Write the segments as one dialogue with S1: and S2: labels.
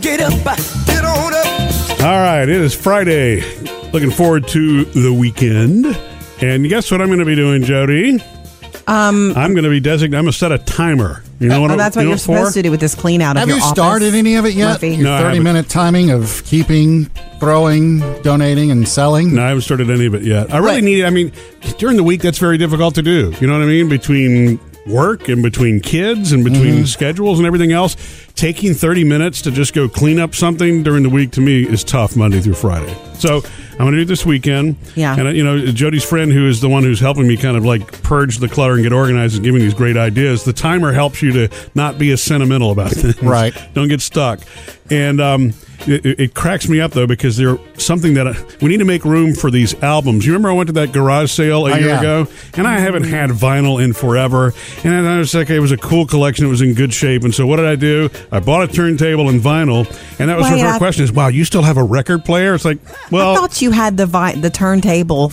S1: Get up, get on up.
S2: All right, it is Friday. Looking forward to the weekend. And guess what I'm going to be doing, Jody? Um, I'm going to be designated. I'm going to set a timer. You know what?
S3: Well,
S2: I'm-
S3: Uh, oh, that's
S2: you
S3: what
S2: know
S3: you're supposed
S2: for?
S3: to do with this clean out of
S4: Have
S3: your
S4: you started
S3: office,
S4: any of it yet?
S3: Murphy.
S4: Your
S2: No, I haven't.
S4: 30 minute timing of keeping, throwing, donating, and selling.
S2: No, I haven't started any of it yet. I really
S4: Right.
S2: need it. I mean, during the week, that's very difficult to do. You know what I mean? Between work and between kids and between schedules and everything else, taking 30 minutes to just go clean up something during the week to me is tough Monday through Friday. So I'm going to do it this weekend.
S3: Yeah.
S2: And, uh, you know, Jody's friend, who is the one who's helping me kind of like purge the clutter and get organized and giving these great ideas, the timer helps you to not be as sentimental about things.
S4: Right.
S2: Don't get stuck. And um, it, it- it cracks me up though because they're something that I, we need to make room for these albums. You remember I went to that garage sale a
S4: Oh,
S2: year
S4: yeah.
S2: ago, and I haven't had vinyl in forever. And I was like, it was a cool collection; it was in good shape. And so, what did I do? I bought a turntable and vinyl, and that was
S3: Wait,
S2: her
S3: I-
S2: first question: "Is wow, you still have a record player?" It's like, well,
S3: I thought you had the vi- the turntable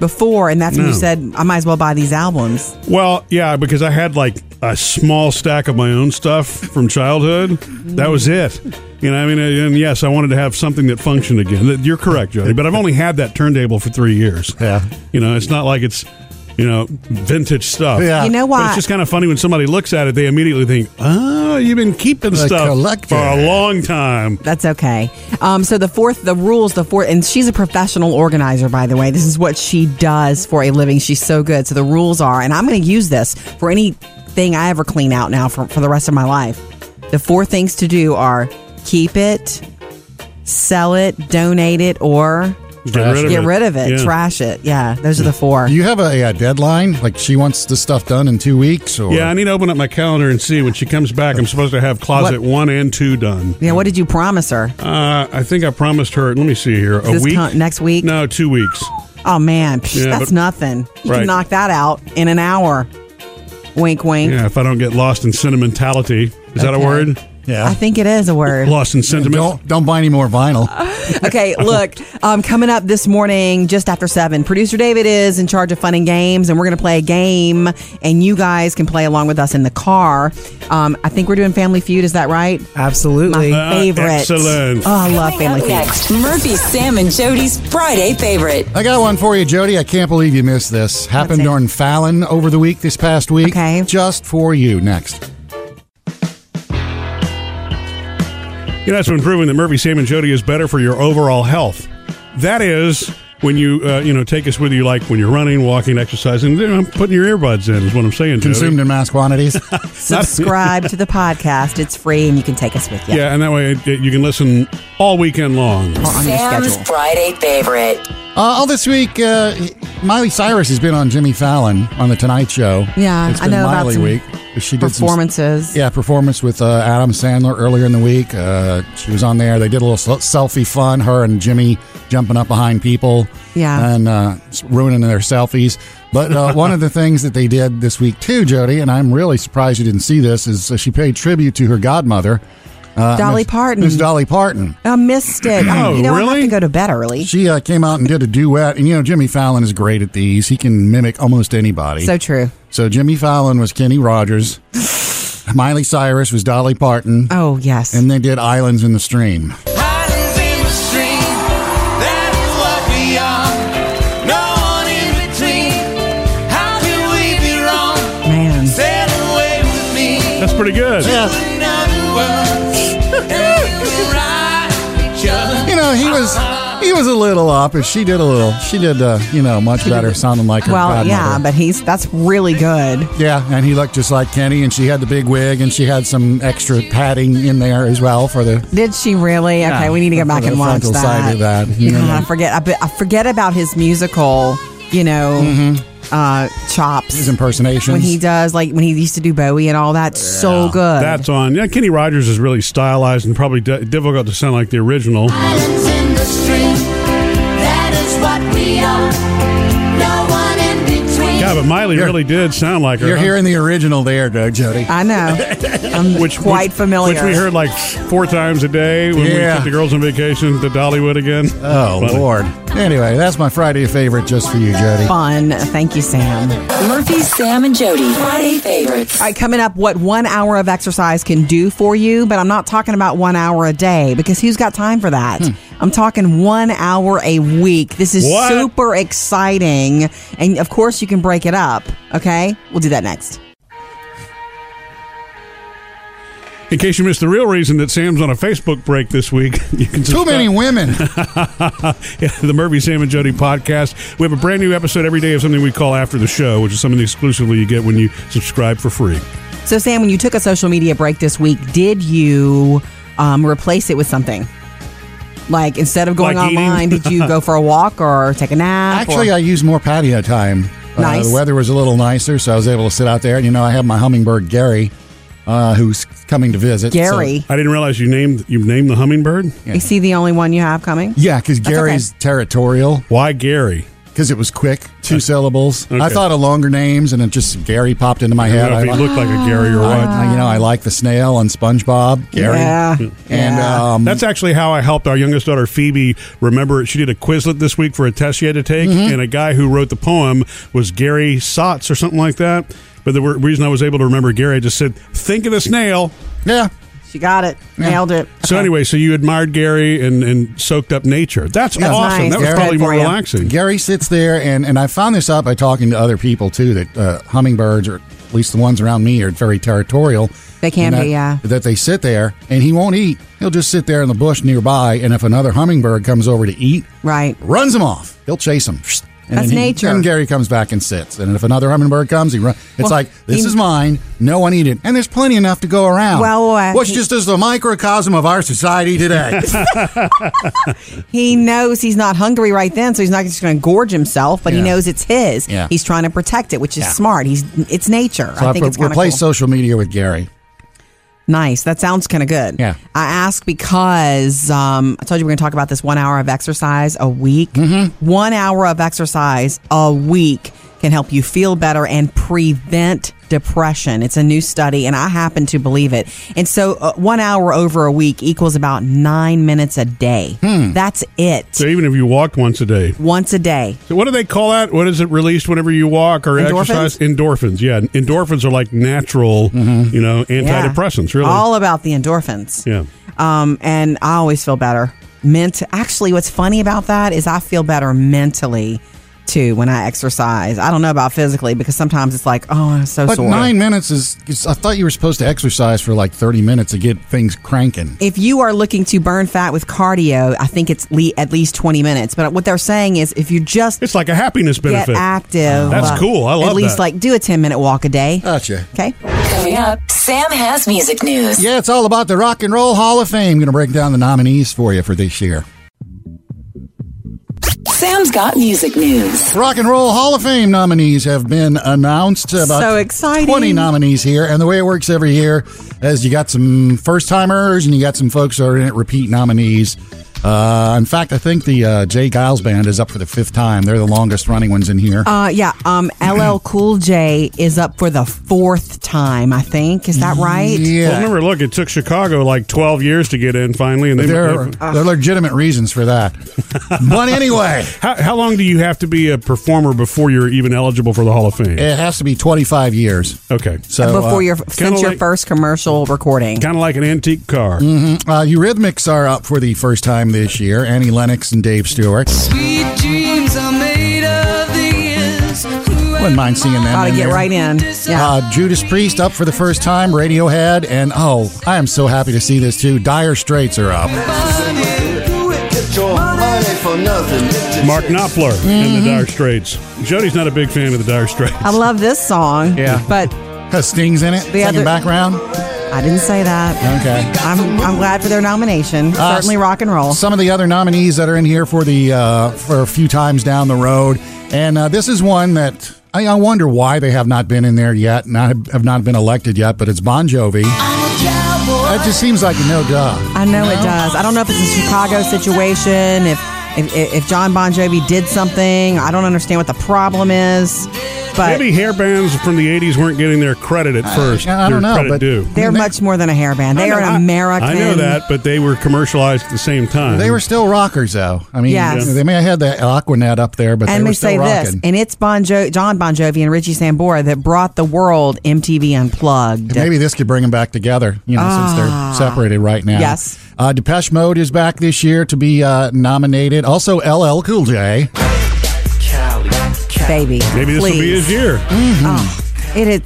S3: before, and that's when you
S2: No.
S3: said I might as well buy these albums.
S2: Well, yeah, because I had like a small stack of my own stuff from childhood. That was it. You know, I mean, and yes, I wanted to have something that functioned again. You're correct, Jody, but I've only had that turntable for three years.
S4: Yeah.
S2: You know, it's not like it's, you know, vintage stuff.
S4: Yeah.
S3: You know
S2: But
S3: why?
S2: it's just kind of funny when somebody looks at it, they immediately think, oh, you've been keeping
S4: The
S2: stuff
S4: collector."
S2: for a long time.
S3: That's okay. Um, so the fourth, the rules, the fourth, and she's a professional organizer, by the way. This is what she does for a living. She's so good. So the rules are, and I'm going to use this for anything I ever clean out now for, for the rest of my life. The four things to do are keep it, sell it, donate it, or
S2: Get rid of
S3: get
S2: it.
S3: rid of it,
S2: Yeah.
S3: trash it. Yeah, those are the four.
S4: Do you have a, uh deadline? Like she wants the stuff done in two weeks? Or
S2: Yeah, I need to open up my calendar and see when she comes back. I'm supposed to have closet one and two done.
S3: yeah, what did you promise her?
S2: Uh, I think I promised her. Let me see here. A
S3: This
S2: week
S3: con- next week?
S2: No, two weeks.
S3: Oh man, psh,
S2: Yeah,
S3: that's
S2: but-
S3: nothing. You
S2: Right.
S3: can knock that out in an hour. Wink, wink.
S2: Yeah, if I don't get lost in sentimentality, is that a
S3: Okay.
S2: word?
S4: yeah.
S3: I think it is a word.
S2: Lost in sentiment.
S4: don't, don't buy any more vinyl.
S3: Uh. Okay, look, um, coming up this morning, just after seven, producer David is in charge of fun and games, and we're going to play a game, and you guys can play along with us in the car. Um, I think we're doing Family Feud. Is that right?
S5: Absolutely.
S3: My favorite.
S2: Uh, excellent.
S3: Oh, I love Family
S6: Coming up
S3: Feud.
S6: next, Murphy, Sam, and Jody's Friday favorite.
S4: I got one for you, Jody. I can't believe you missed this. Happened
S3: it?
S4: during Fallon over the week this past week.
S3: Okay.
S4: Just for you next.
S2: You know, it's been proven that Murphy, Sam, and Jody is better for your overall health. That is when you, uh, you know, take us with you, like when you're running, walking, exercising, you know, putting your earbuds in is what I'm saying. Jody.
S4: Consumed in mass quantities. Uh,
S3: Subscribe to the podcast. It's free, and you can take us with you.
S2: Yeah, and that way it, it- you can listen all weekend long.
S3: On your
S6: Sam's
S3: schedule.
S6: Friday favorite.
S4: Uh, all this week, uh, Miley Cyrus has been on Jimmy Fallon on the Tonight Show.
S3: Yeah,
S4: it's
S3: I
S4: been
S3: know about
S4: Miley
S3: some
S4: week. She did some-
S3: Performances.
S4: yeah, performance with uh, Adam Sandler earlier in the week. Uh, she was on there. They did a little sel- selfie fun. Her and Jimmy jumping up behind people.
S3: Yeah.
S4: and uh, ruining their selfies. But uh, one of the things that they did this week too, Jody, and I'm really surprised you didn't see this, is uh, she paid tribute to her godmother,
S3: Dolly Parton.
S4: Miss Dolly Parton.
S3: I missed it.
S2: Oh,
S3: you know, I
S2: really?
S3: have to go to bed early.
S4: She uh, came out and did a duet, and you know Jimmy Fallon is great at these. He can mimic almost anybody.
S3: So true.
S4: So Jimmy Fallon was Kenny Rogers. Miley Cyrus was Dolly Parton.
S3: Oh, yes.
S4: And they did Islands in the Stream.
S1: Islands in the stream, that is what we are. No one in between. How can we be wrong?
S3: Man.
S1: Sail away with me
S2: That's pretty good.
S4: Yeah.
S1: to another world. And we will ride each other.
S4: You know, he was he was a little up, and she did a little. She did, uh, you know, much better, sounding like her
S3: Well,
S4: godmother.
S3: yeah, but he's that's really good.
S4: Yeah, and he looked just like Kenny, and she had the big wig, and she had some extra padding in there as well for the
S3: Did she really? Okay, we need to go
S4: for
S3: back
S4: the
S3: and watch
S4: frontal
S3: that.
S4: side of that. you know.
S3: God, I forget. I, be- I forget about his musical. You know, uh, chops
S4: His impersonations.
S3: when he does like when he used to do Bowie and all that. So good.
S2: That's on. Yeah, Kenny Rogers is really stylized and probably di- difficult to sound like the original.
S1: Islands in the stream, that is what we are. No one in between.
S2: Yeah, but but Miley
S4: You're-
S2: really did sound like her.
S4: You're
S2: huh?
S4: hearing the original there, uh, Jody.
S3: I know. I'm
S2: Which
S3: quite
S2: which-
S3: familiar.
S2: Which we heard like four times a day when we
S4: Yeah.
S2: took the girls on vacation to Dollywood again.
S4: Oh
S2: Funny.
S4: Lord. Anyway, that's my Friday favorite just for you, Jody.
S3: Fun. Thank you, Sam.
S6: Murphy, Sam, and Jody. Friday favorites.
S3: All right, coming up, what one hour of exercise can do for you, but I'm not talking about one hour a day because who's got time for that? I'm talking one hour a week. This is
S2: What?
S3: super exciting. And of course, you can break it up. Okay, we'll do that next.
S2: In case you missed the real reason that Sam's on a Facebook break this week, you can
S4: Too
S2: subscribe-
S4: many women.
S2: Yeah, the Murphy Sam and Jody podcast. We have a brand new episode every day of something we call after the show, which is something exclusively you get when you subscribe for free.
S3: So, Sam, when you took a social media break this week, did you um, replace it with something? Like instead of going
S2: Like eating?
S3: online, did you go for a walk or take a nap?
S4: Actually,
S3: or-
S4: I used more patio time.
S3: Nice.
S4: Uh, the weather was a little nicer, so I was able to sit out there. And you know, I have my hummingbird Gary, uh, who's coming to visit. so-
S3: Gary,
S2: I didn't realize you named you named the hummingbird.
S3: is he the only one you have coming?
S4: yeah, because Gary's territorial
S2: Why Gary?
S4: because it was quick, two syllables. I
S2: Okay.
S4: thought of longer names, and it just Gary popped into my
S2: I
S4: head.
S2: don't know if he
S4: I,
S2: looked like a Gary or
S4: I-
S2: what.
S4: I- you know, I like the snail on SpongeBob. Gary.
S3: Yeah.
S4: And
S3: Yeah.
S4: um,
S2: That's actually how I helped our youngest daughter Phoebe remember. it. She did a Quizlet this week for a test she had to take,
S3: Mm-hmm.
S2: and a guy who wrote the poem was Gary Sots or something like that. But the re- reason I was able to remember Gary, I just said, "Think of the snail."
S4: yeah.
S3: She got it, nailed it.
S2: So anyway, so you admired Gary and, and soaked up nature. That's
S4: Yeah. That's
S2: awesome.
S3: nice.
S2: That was
S4: That's
S2: probably
S3: good
S2: more
S3: for you.
S2: relaxing.
S4: Gary sits there, and, and I found this out by talking to other people too that uh, hummingbirds, or at least the ones around me, are very territorial.
S3: They can
S4: And
S3: be,
S4: that-
S3: yeah.
S4: That they sit there, and he won't eat. He'll just sit there in the bush nearby, and if another hummingbird comes over to eat,
S3: Right.
S4: runs him off. He'll chase him. And
S3: That's
S4: then he-
S3: nature.
S4: And Gary comes back and sits. And if another hummingbird comes, he runs. It's
S3: Well,
S4: like, this
S3: he-
S4: is mine. No one eat it. And there's plenty enough to go around.
S3: Well, uh,
S4: Which
S3: he-
S4: just is the microcosm of our society today.
S3: He knows he's not hungry right then, so he's not just going to gorge himself, but he
S4: Yeah.
S3: knows it's his.
S4: Yeah.
S3: He's trying to protect it, which is
S4: Yeah.
S3: smart. He's it's nature.
S4: so
S3: I
S4: I,
S3: think
S4: re-
S3: it's kind of cool.
S4: replace social media with Gary.
S3: nice. That sounds kind of good.
S4: Yeah.
S3: I ask because um, I told you we're going to talk about this one hour of exercise a week. Mm-hmm. One hour of exercise a week can help you feel better and prevent depression. It's a new study, and I happen to believe it. And so, uh, one hour over a week equals about nine minutes a day.
S4: Hmm.
S3: That's it.
S2: So even if you walked once a day,
S3: once a day.
S2: So what do they call that? What is it released whenever you walk or
S3: Endorphins?
S2: exercise? Endorphins. Yeah, endorphins are like natural, you know, antidepressants. Really.
S3: Mm-hmm. All about the endorphins.
S2: yeah.
S3: Um, and I always feel better. Ment- actually, what's funny about that is I feel better mentally too when I exercise. I don't know about physically because sometimes it's like, oh, I'm so
S4: But
S3: sore.
S4: nine minutes is, is- I thought you were supposed to exercise for like 30 minutes to get things cranking.
S3: if you are looking to burn fat with cardio, I think it's le- at least 20 minutes. But what they're saying is if you just
S2: It's like a happiness
S3: get
S2: benefit.
S3: active, uh,
S2: That's cool. I love
S3: At least
S2: that.
S3: like do a 10 minute walk a day.
S4: Gotcha.
S3: Okay.
S6: Coming up, Sam has music news.
S4: Yeah, it's all about the Rock and Roll Hall of Fame. Going to break down the nominees for you for this year.
S6: Sam's got music news.
S4: Rock and Roll Hall of Fame nominees have been announced. About
S3: So exciting.
S4: 20 nominees here. And the way it works every year is you got some first timers and you got some folks who are in it repeat nominees. Uh, in fact, I think the uh, Jay Giles Band is up for the fifth time. They're the longest running ones in here.
S3: Uh, yeah. Um, LL Cool J is up for the fourth time, I think. Is that right?
S2: Well, remember, look, it took Chicago like 12 years to get in finally, and they.
S4: There are, there are legitimate reasons for that. but anyway,
S2: how, how long do you have to be a performer before you're even eligible for the Hall of Fame?
S4: it has to be 25 years.
S2: Okay.
S4: So
S3: Before
S4: uh,
S3: your since your
S2: Oh, like-
S3: first commercial recording.
S2: Kind of like an antique car.
S4: Uh, Eurythmics are up for the first time this year. Annie Lennox and Dave Stewart.
S1: Sweet dreams are made of these.
S4: Wouldn't mind seeing them.
S3: Gotta
S4: in
S3: get
S4: there.
S3: right in. Yeah.
S4: Uh, Judas Priest up for the first time. Radiohead and oh, I am so happy to see this too. Dire Straits are up.
S5: Get your money for nothing.
S2: Mark Knopfler in
S4: Mm-hmm.
S2: the Dire Straits. Jody's not a big fan of the Dire Straits.
S3: I love this song.
S4: Yeah.
S3: But
S4: Has Sting's in it. Singing
S3: other-
S4: background.
S3: I didn't say that.
S4: Okay.
S3: I'm, I'm glad for their nomination.
S4: Uh,
S3: Certainly rock and roll.
S4: Some of the other nominees that are in here for the uh, for a few times down the road, and uh, this is one that I, I wonder why they have not been in there yet, and I have- have not been elected yet. But it's Bon Jovi. That just seems like a no duh.
S3: I know it does. I don't know if it's a Chicago situation, if, if if John Bon Jovi did something. I don't understand what the problem is. but
S2: Maybe hair bands from the 80s weren't getting their credit at first.
S4: I
S2: their
S4: don't know,
S2: credit
S4: but
S2: due.
S3: they're much more than a hair band. They
S2: I
S3: are
S2: know-
S3: an
S2: I-
S3: American.
S2: I know that, but they were commercialized at the same time.
S4: They were still rockers, though. I mean,
S3: Yes.
S4: they may have had that Aquanet up there, but
S3: And
S4: they
S3: we
S4: were still
S3: say this,
S4: rocking.
S3: and it's Bon jo- John Bon Jovi and Richie Sambora that brought the world MTV Unplugged.
S4: Maybe this could bring them back together, you know, since they're separated right now.
S3: Ah. Yes.
S4: Uh, Depeche Mode is back this year to be uh, nominated. Also, LL Cool J.
S3: Baby,
S2: Maybe this will be
S3: please.
S2: his year.
S4: Mm.
S3: Ah, It is.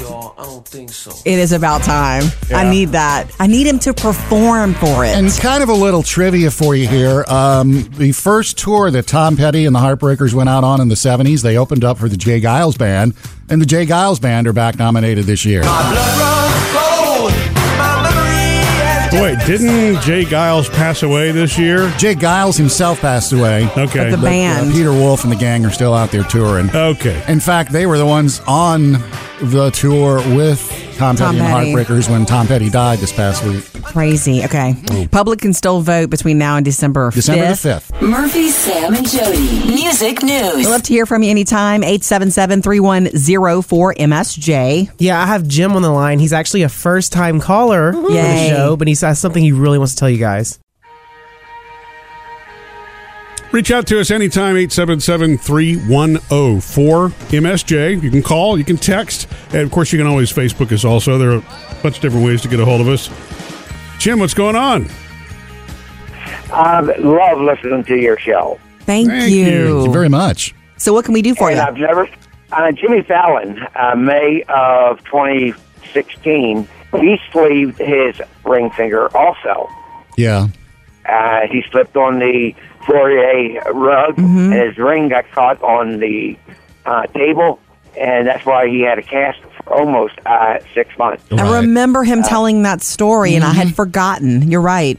S5: Y'all, I don't think so.
S3: It is about time. I
S2: Yeah.
S3: need that. I need him to perform for it.
S4: And kind of a little trivia for you here. Um, the first tour that Tom Petty and the Heartbreakers went out on in the 70s, they opened up for the Jay Giles Band, and the Jay Giles Band are back nominated this year.
S5: My blood runs cold. My memory has
S2: Boy, didn't Jay Giles pass away this year?
S4: Jay Giles himself passed away.
S2: Okay.
S3: But the
S4: But, uh,
S3: Band.
S4: Peter Wolf and the gang are still out there touring.
S2: okay.
S4: In fact, they were the ones on the tour with Tom,
S3: Tom
S4: Petty
S3: Petty.
S4: and Heartbreakers when Tom Petty died this past week,
S3: Crazy. Okay. Public can still vote between now and December 5th.
S4: Oh. December the fifth.
S6: Murphy, Sam, and Jody. Music
S3: I'd
S6: news.
S3: love to hear from you anytime. 877-3104-MSJ.
S7: Yeah, I have Jim on the line. He's actually a first time caller for
S3: Yay.
S7: the show, but he has something he really wants to tell you guys.
S2: Reach out to us anytime, 877-310-4MSJ. You can call, you can text, and of course you can always Facebook us also. There are a bunch of different ways to get a hold of us. Jim, what's going on?
S8: I love listening to your show.
S3: Thank,
S2: Thank
S3: you.
S2: you.
S4: Thank you very much.
S3: So what can we do for
S8: and
S3: you?
S8: I've never, uh, Jimmy Fallon, uh, May of 2016, he sleeved his ring finger also.
S4: Yeah.
S8: Uh, he slipped on the Fourier rug, and his ring got caught on the uh, table, and that's why he had a cast for almost uh, six months.
S3: I remember him
S4: Uh,
S3: telling that story and I
S4: mm-hmm.
S3: had forgotten. You're right.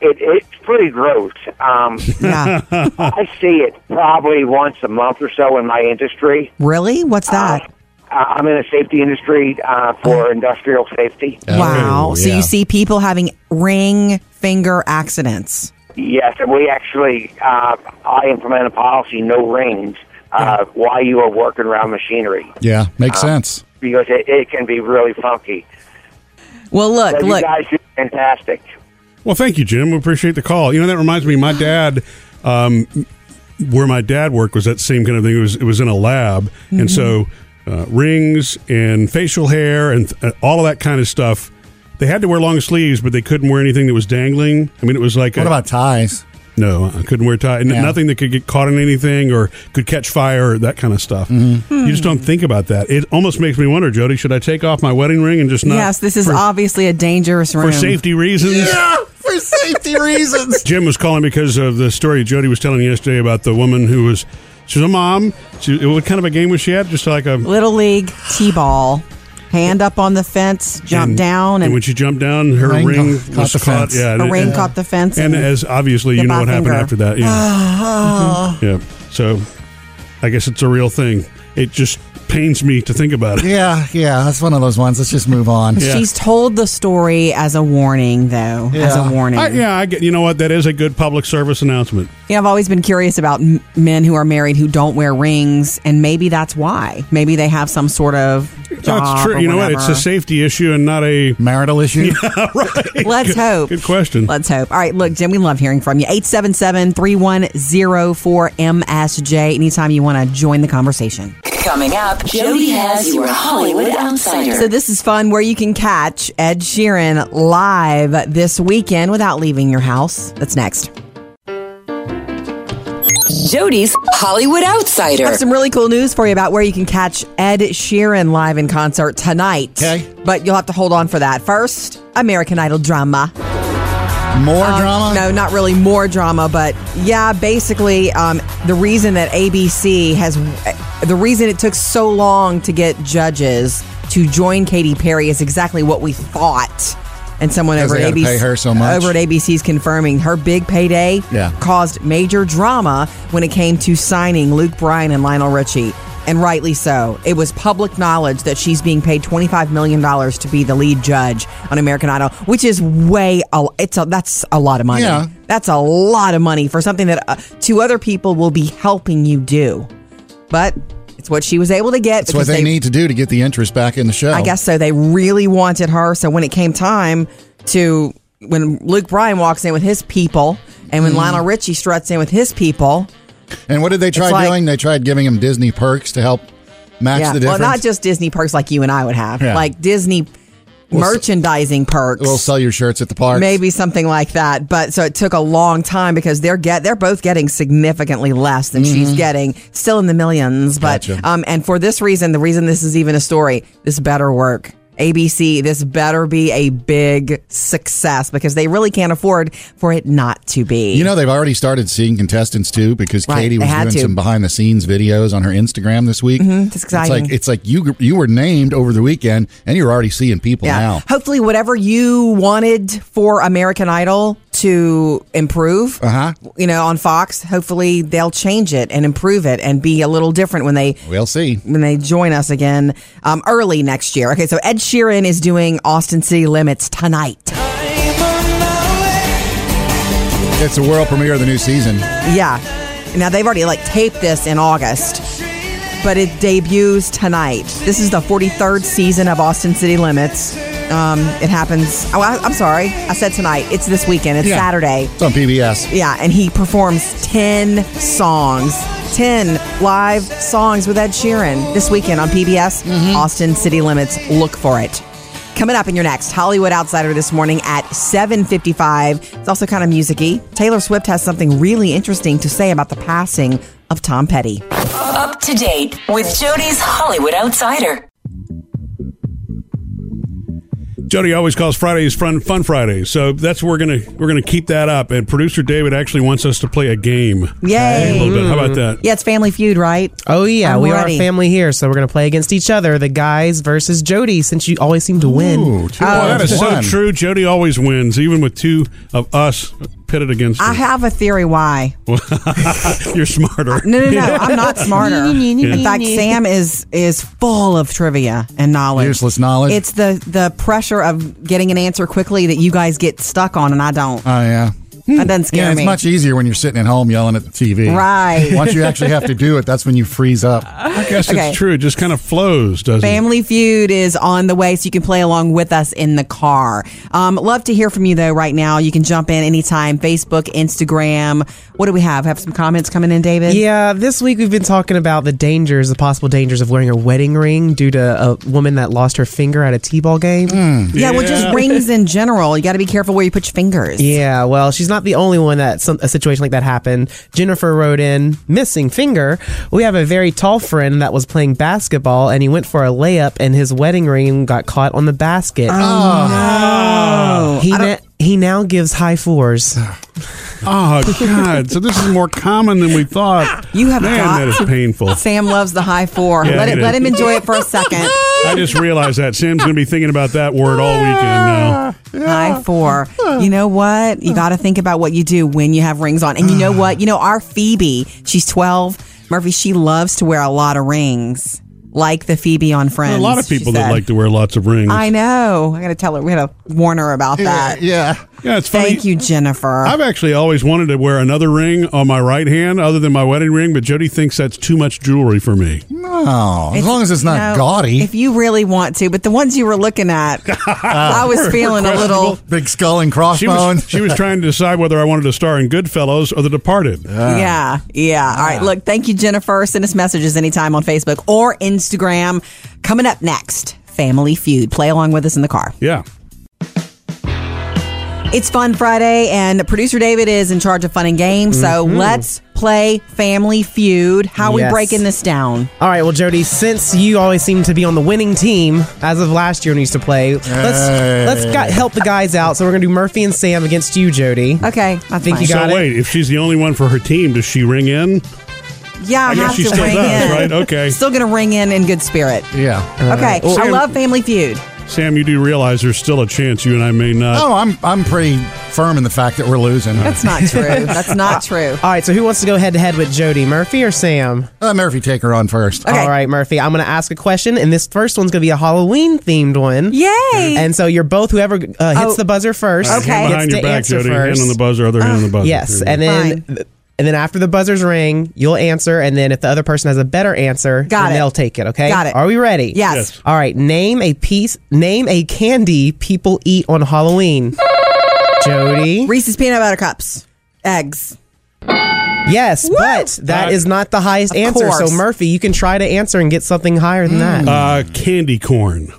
S8: It, it's pretty gross. Um,
S3: Yeah.
S8: I see it probably once a month or so in my industry.
S3: really?
S4: Oh.
S3: What's that? Uh-huh.
S8: Uh, I'm in the safety industry uh, for industrial safety.
S3: wow.
S4: Oh,
S3: So
S4: yeah.
S3: you see people having ring finger accidents.
S8: Yes, and we actually, uh, I implement a policy no rings uh, while you are working around machinery
S4: Yeah, makes sense.
S8: because it, it can be really funky.
S3: Well, look,
S8: So you
S3: look.
S8: guys do fantastic.
S2: Well, thank you, Jim. We appreciate the call. You know, that reminds me, my dad, um, where my dad worked was that same kind of thing. It was, it was in a lab. And so uh, rings and facial hair and uh, all of that kind of stuff. They had to wear long sleeves, but they couldn't wear anything that was dangling. I mean, it was like
S4: What
S2: a,
S4: about ties?
S2: No, I couldn't wear tie. N-
S4: Yeah.
S2: Nothing that could get caught in anything or could catch fire, that kind of stuff.
S3: Mm-hmm.
S2: You just don't think about that. It almost makes me wonder, Jody, should I take off my wedding ring and just not?
S3: yes, this is
S2: for,
S3: obviously a dangerous room.
S2: for safety reasons.
S4: for safety reasons.
S2: Jim was calling because of the story Jody was telling yesterday about the woman who was she was a mom. She, what kind of a game was she at? Just like a
S3: Little League T-ball. Hand up on the fence, jump down, and
S2: when she jumped down, her ring,
S4: Ring
S2: was
S4: caught
S2: caught.
S4: the fence.
S2: Yeah,
S3: Her
S2: and-
S3: ring
S2: and-
S3: caught the fence
S2: And
S3: and-
S2: as obviously,
S3: The
S2: you know what
S3: butt
S2: happened
S3: finger.
S2: after that. Yeah. yeah. So, I guess it's a real thing. It just pains me to think about it.
S4: Yeah, yeah, that's one of those ones. Let's just move on.
S2: Yeah.
S3: She's told the story as a warning, though. As
S4: Yeah.
S3: a warning.
S2: I, yeah, I get, you know what? That is a good public service announcement.
S3: You know, I've always been curious about m- men who are married who don't wear rings, and maybe that's why. Maybe they have some sort of. Job
S2: That's true.
S3: or
S2: You know what? It's
S3: whatever.
S2: a safety issue and not a
S4: Marital issue?
S2: right.
S3: Let's hope.
S2: Good question.
S3: Let's hope. All right, look, Jim, we love hearing from you. 877 3104 MSJ. Anytime you want to join the conversation.
S6: Coming up, Jody has your Hollywood Outsider.
S3: So this is fun where you can catch Ed Sheeran live this weekend without leaving your house. That's next.
S6: Jody's Hollywood Outsider.
S3: I have some really cool news for you about where you can catch Ed Sheeran live in concert tonight.
S4: Okay.
S3: But you'll have to hold on for that. First, American Idol drama.
S4: More drama?
S3: Um, No, not really more drama, but yeah, basically, um, the reason that ABC has, the reason it took so long to get judges to join Katy Perry is exactly what we thought. And someone
S4: Because
S3: over
S4: they
S3: at
S4: had to
S3: ABC,
S4: pay her so much.
S3: over at ABC's confirming her big payday
S4: Yeah.
S3: caused major drama when it came to signing Luke Bryan and Lionel Richie. And rightly so. It was public knowledge that she's being paid $25 million to be the lead judge on American Idol, which is way, a, it's a, that's a lot of money.
S4: Yeah.
S3: That's a lot of money for something that uh, two other people will be helping you do. But It's what she was able to get.
S4: That's what
S3: because
S4: they, need to do to get the interest back in the show.
S3: I guess so. They really wanted her. So when it came time to when Luke Bryan walks in with his people, and
S4: Hmm.
S3: when Lionel Richie struts in with his people,
S4: And what did they try
S3: It's like-
S4: doing? They tried giving him Disney perks to help match
S3: yeah,
S4: the
S3: well,
S4: difference.
S3: not just Disney perks like you and I would have,
S4: Yeah.
S3: like Disney merchandising perks.
S4: We'll sell your shirts at the park.
S3: Maybe something like that, but so it took a long time because they're get they're both getting significantly less than she's getting, still in the millions. But
S4: Mm-hmm. Gotcha.
S3: um, and for this reason, the reason this is even a story, this better work. ABC, this better be a big success because they really can't afford for it not to be.
S4: You know they've already started seeing contestants too because
S3: Right,
S4: Katie
S3: they
S4: was
S3: had
S4: doing
S3: to. Mm-hmm.
S4: some behind the scenes videos on her Instagram this week.
S3: it's exciting.
S4: It's like it's like you you were named over the weekend and you're already seeing people now.
S3: Hopefully, whatever you wanted for American Idol to improve,
S4: Uh-huh.
S3: you know, on Fox, hopefully they'll change it and improve it and be a little different when they
S4: We'll see.
S3: when they join us again um, early next year. Okay, so Ed Sheeran is doing Austin City Limits tonight.
S4: It's a world premiere of the new season.
S3: Yeah. Now they've already like taped this in August, but it debuts tonight. This is the 43rd season of Austin City Limits. Um, it happens. Oh, I, I'm sorry. I said tonight. It's this weekend. It's
S4: Yeah.
S3: Saturday.
S4: It's on PBS.
S3: Yeah, and he performs 10 songs, 10 live songs with Ed Sheeran this weekend on PBS,
S7: Mm-hmm.
S3: Austin City Limits. Look for it. Coming up in your next Hollywood Outsider this morning at 7:55. It's also kind of musicy. Taylor Swift has something really interesting to say about the passing of Tom Petty.
S6: Up to date with Jody's Hollywood Outsider.
S2: Jody always calls Fridays fun fun Fridays, so that's we're gonna we're gonna keep that up. And producer David actually wants us to play a game.
S3: Yay.
S2: A little bit. How about that?
S3: Yeah, it's Family Feud, right?
S7: Oh yeah,
S3: I'm
S7: we are
S3: ready.
S7: a family here, so we're gonna play against each other, the guys versus Jody, since you always seem to win.
S4: Ooh, two
S2: Oh, that
S4: out of
S2: is so
S4: one.
S2: true. Jody always wins, even with two of us pitted against
S3: I
S2: her.
S3: have a theory why.
S2: You're smarter.
S3: No, no, no. I'm not smarter. In fact, Sam is is full of trivia and knowledge.
S4: Useless knowledge.
S3: It's the the pressure of getting an answer quickly that you guys get stuck on, and I don't.
S4: Oh yeah.
S3: That doesn't scare
S4: Yeah, it's
S3: me.
S4: much easier when you're sitting at home yelling at the TV.
S3: Right.
S4: Once you actually have to do it, that's when you freeze up.
S2: I guess
S3: Okay.
S2: it's true. It just kind of flows, doesn't
S3: Family Feud is on the way, so you can play along with us in the car. Um, love to hear from you though. Right now, you can jump in anytime. Facebook, Instagram. What do we have? Have some comments coming in, David?
S7: Yeah, this week we've been talking about the dangers, the possible dangers of wearing a wedding ring due to a woman that lost her finger at a t-ball game.
S3: Yeah, well, just
S2: Yeah.
S3: rings in general. You got to be careful where you put your fingers.
S7: Yeah, well, she's not the only one that some, a situation like that happened. Jennifer wrote in, missing finger. We have a very tall friend that was playing basketball and he went for a layup and his wedding ring got caught on the basket.
S3: Oh,
S7: he, na- he now gives high fours.
S2: it? Oh, God. So this is more common than we thought.
S3: You have
S2: Man,
S3: got
S2: that is painful.
S3: Sam loves the high four.
S2: Yeah,
S3: let
S2: he
S3: it,
S2: did.
S3: let him enjoy it for a second.
S2: I just realized that. Sam's going to be thinking about that word all weekend
S3: Ah,
S2: now.
S3: High four. You know what? You got to think about what you do when you have rings on. And you know what? You know our Phoebe. She's twelve. Murphy. She loves to wear a lot of rings, like the Phoebe on Friends.
S2: a lot of
S3: she
S2: people that
S3: said.
S2: like to wear lots of rings.
S3: I know. I got to tell her. We got to warn her about that.
S4: Yeah.
S2: yeah, it's funny.
S3: Thank you, Jennifer.
S2: I've actually always wanted to wear another ring on my right hand other than my wedding ring, but Jody thinks that's too much jewelry for me.
S4: No. As long as it's not
S3: No,
S4: gaudy.
S3: If you really want to, but the ones you were looking at, I was feeling a little.
S4: Big skull and
S2: She
S4: crossbones.
S2: was, she was trying to decide whether I wanted to star in Goodfellas or The Departed.
S3: Yeah, yeah. All
S2: Ah.
S3: right. Look, thank you, Jennifer. Send us messages anytime on Facebook or Instagram. Coming up next, Family Feud. Play along with us in the car.
S2: yeah.
S3: It's Fun Friday, and producer David is in charge of Fun and Games. So
S2: Mm-hmm.
S3: let's play Family Feud. How are we
S7: Yes.
S3: breaking this down?
S7: All right, well, Jody, since you always seem to be on the winning team as of last year when you used to play, let's
S4: Hey.
S7: let's gu- help the guys out. So we're gonna do Murphy and Sam against you, Jody.
S3: Okay, that's
S7: Think
S3: fine.
S7: you
S2: So
S7: Got it.
S2: wait, if she's the only one for her team, does she ring in?
S3: yeah, I,
S2: I guess
S3: have
S2: she
S3: to
S2: still
S3: ring
S2: does,
S3: in.
S2: right? Okay.
S3: still gonna ring in in good spirit.
S4: yeah.
S3: Okay,
S2: Well,
S3: I
S2: Sam-
S3: love Family Feud.
S2: Sam, you do realize there's still a chance you and I may not.
S4: Oh, I'm I'm pretty firm in the fact that we're losing.
S3: That's not true. That's not true.
S7: All right, so who wants to go head to head with Jody, Murphy or Sam?
S4: Let Uh, Murphy take her on first.
S3: Okay.
S7: All right, Murphy, I'm going to ask a question, and this first one's going to be a Halloween themed one.
S3: Yay!
S7: And so you're both whoever uh, hits
S3: Oh.
S7: the buzzer first
S3: Okay.
S2: Hand
S7: gets
S2: behind
S7: to
S2: your back,
S7: answer
S2: Jody.
S7: first. Ah,
S2: Hand on the buzzer, other hand on the buzzer.
S7: Yes,
S2: There you
S7: and
S2: go.
S7: then And then after the buzzers ring, you'll answer. And then if the other person has a better answer,
S3: Got
S7: then
S3: it.
S7: they'll take it. Okay.
S3: Got it.
S7: Are we ready?
S3: Yes.
S2: Yes.
S7: All right. Name a piece. Name a candy people eat on Halloween. Jody.
S3: Reese's peanut butter cups, eggs.
S7: Yes, but that
S2: Uh,
S7: is not the highest
S3: Of
S7: answer.
S3: course.
S7: So Murphy, you can try to answer and get something higher than that.
S2: Uh, candy corn.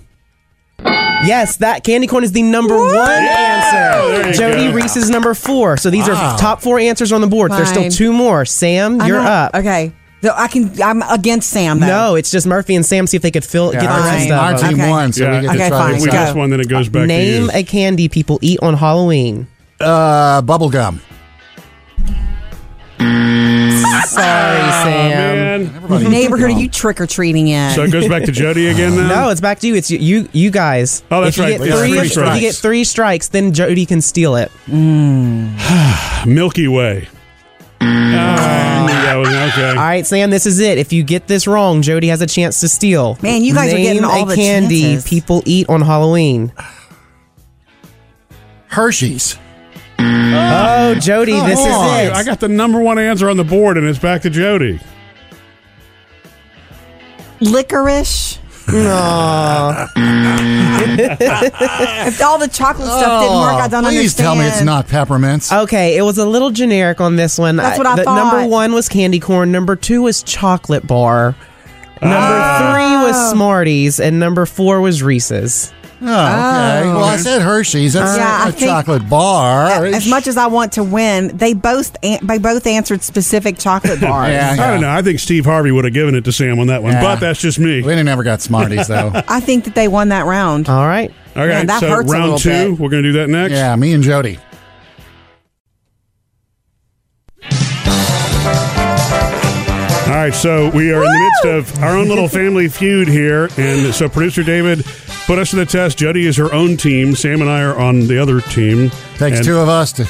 S7: yes, that candy corn is the number one
S2: There you
S7: answer. Jody
S2: go.
S7: Reese is number four. So these
S4: Wow.
S7: are top four answers on the board. There's still
S3: Fine.
S7: two more. Sam,
S3: I
S7: you're
S3: know.
S7: up.
S3: Okay. Though I can. I'm against Sam. Though.
S7: No, it's just Murphy and Sam. See if they could fill get the
S3: Fine.
S7: rest
S4: team, our
S7: of them.
S4: team
S3: Okay.
S4: won, so
S2: Yeah.
S4: we get to
S3: Okay,
S4: try
S3: fine.
S2: If
S4: this
S2: we
S3: Go.
S4: out.
S2: just won, then it goes back
S7: Name
S2: to you.
S7: a candy people eat on Halloween.
S4: Uh, bubble gum.
S7: Sorry, Sam.
S2: Ah, Man.
S4: Everybody eats
S3: Neighborhood,
S4: gum.
S3: are you trick or treating in?
S2: So it goes back to Jody again now?
S7: No, it's back to you. It's you, you, you guys.
S2: Um, Oh, that's
S7: if you
S2: right.
S7: Get
S2: Yeah,
S7: three,
S2: three
S7: if you
S2: strikes.
S7: get three strikes, then Jody can steal it.
S2: Milky Way. Ah, that was- okay.
S7: Mm. All right, Sam, this is it. If you get this wrong, Jody has a chance to steal.
S3: Man, you guys are
S7: Name
S3: getting all
S7: a
S3: the
S7: candy
S3: chances.
S7: people eat on Halloween.
S4: Hershey's.
S7: Oh, Jody,
S4: Come
S7: this
S4: on.
S7: is it.
S2: I got the number one answer on the board, and it's back to Jody.
S3: Licorice. if all the chocolate stuff didn't work, I don't
S4: Oh, Please
S3: understand. Uh,
S4: tell me it's not peppermints.
S7: Okay, it was a little generic on this one. Uh,
S3: That's what I
S7: the-
S3: thought.
S7: Number one was candy corn. Number two was chocolate bar. Number three
S3: Oh.
S7: was
S3: Ah.
S7: Smarties, and number four was Reese's.
S4: Oh, okay. Well, I said Hershey's. That's
S3: oh. Yeah,
S4: a
S3: I think-
S4: chocolate bar.
S3: As much as I want to win, they both an- they both answered specific chocolate bars.
S4: Yeah.
S2: I don't know. I think Steve Harvey would have given it to Sam on that one,
S4: Yeah.
S2: but that's just me.
S4: we never got Smarties though.
S3: I think that they won that round.
S7: All right.
S2: All right,
S3: Man, that
S2: so
S3: hurts a
S2: round
S3: little
S2: two,
S3: bit.
S2: we're going to do that next.
S4: yeah, me and Jody.
S2: All right, so we are in the midst of our own little family feud here, and so producer David put us to the test. Jody is her own team. Sam and I are on the other team.
S4: Takes
S2: And-
S4: two of us to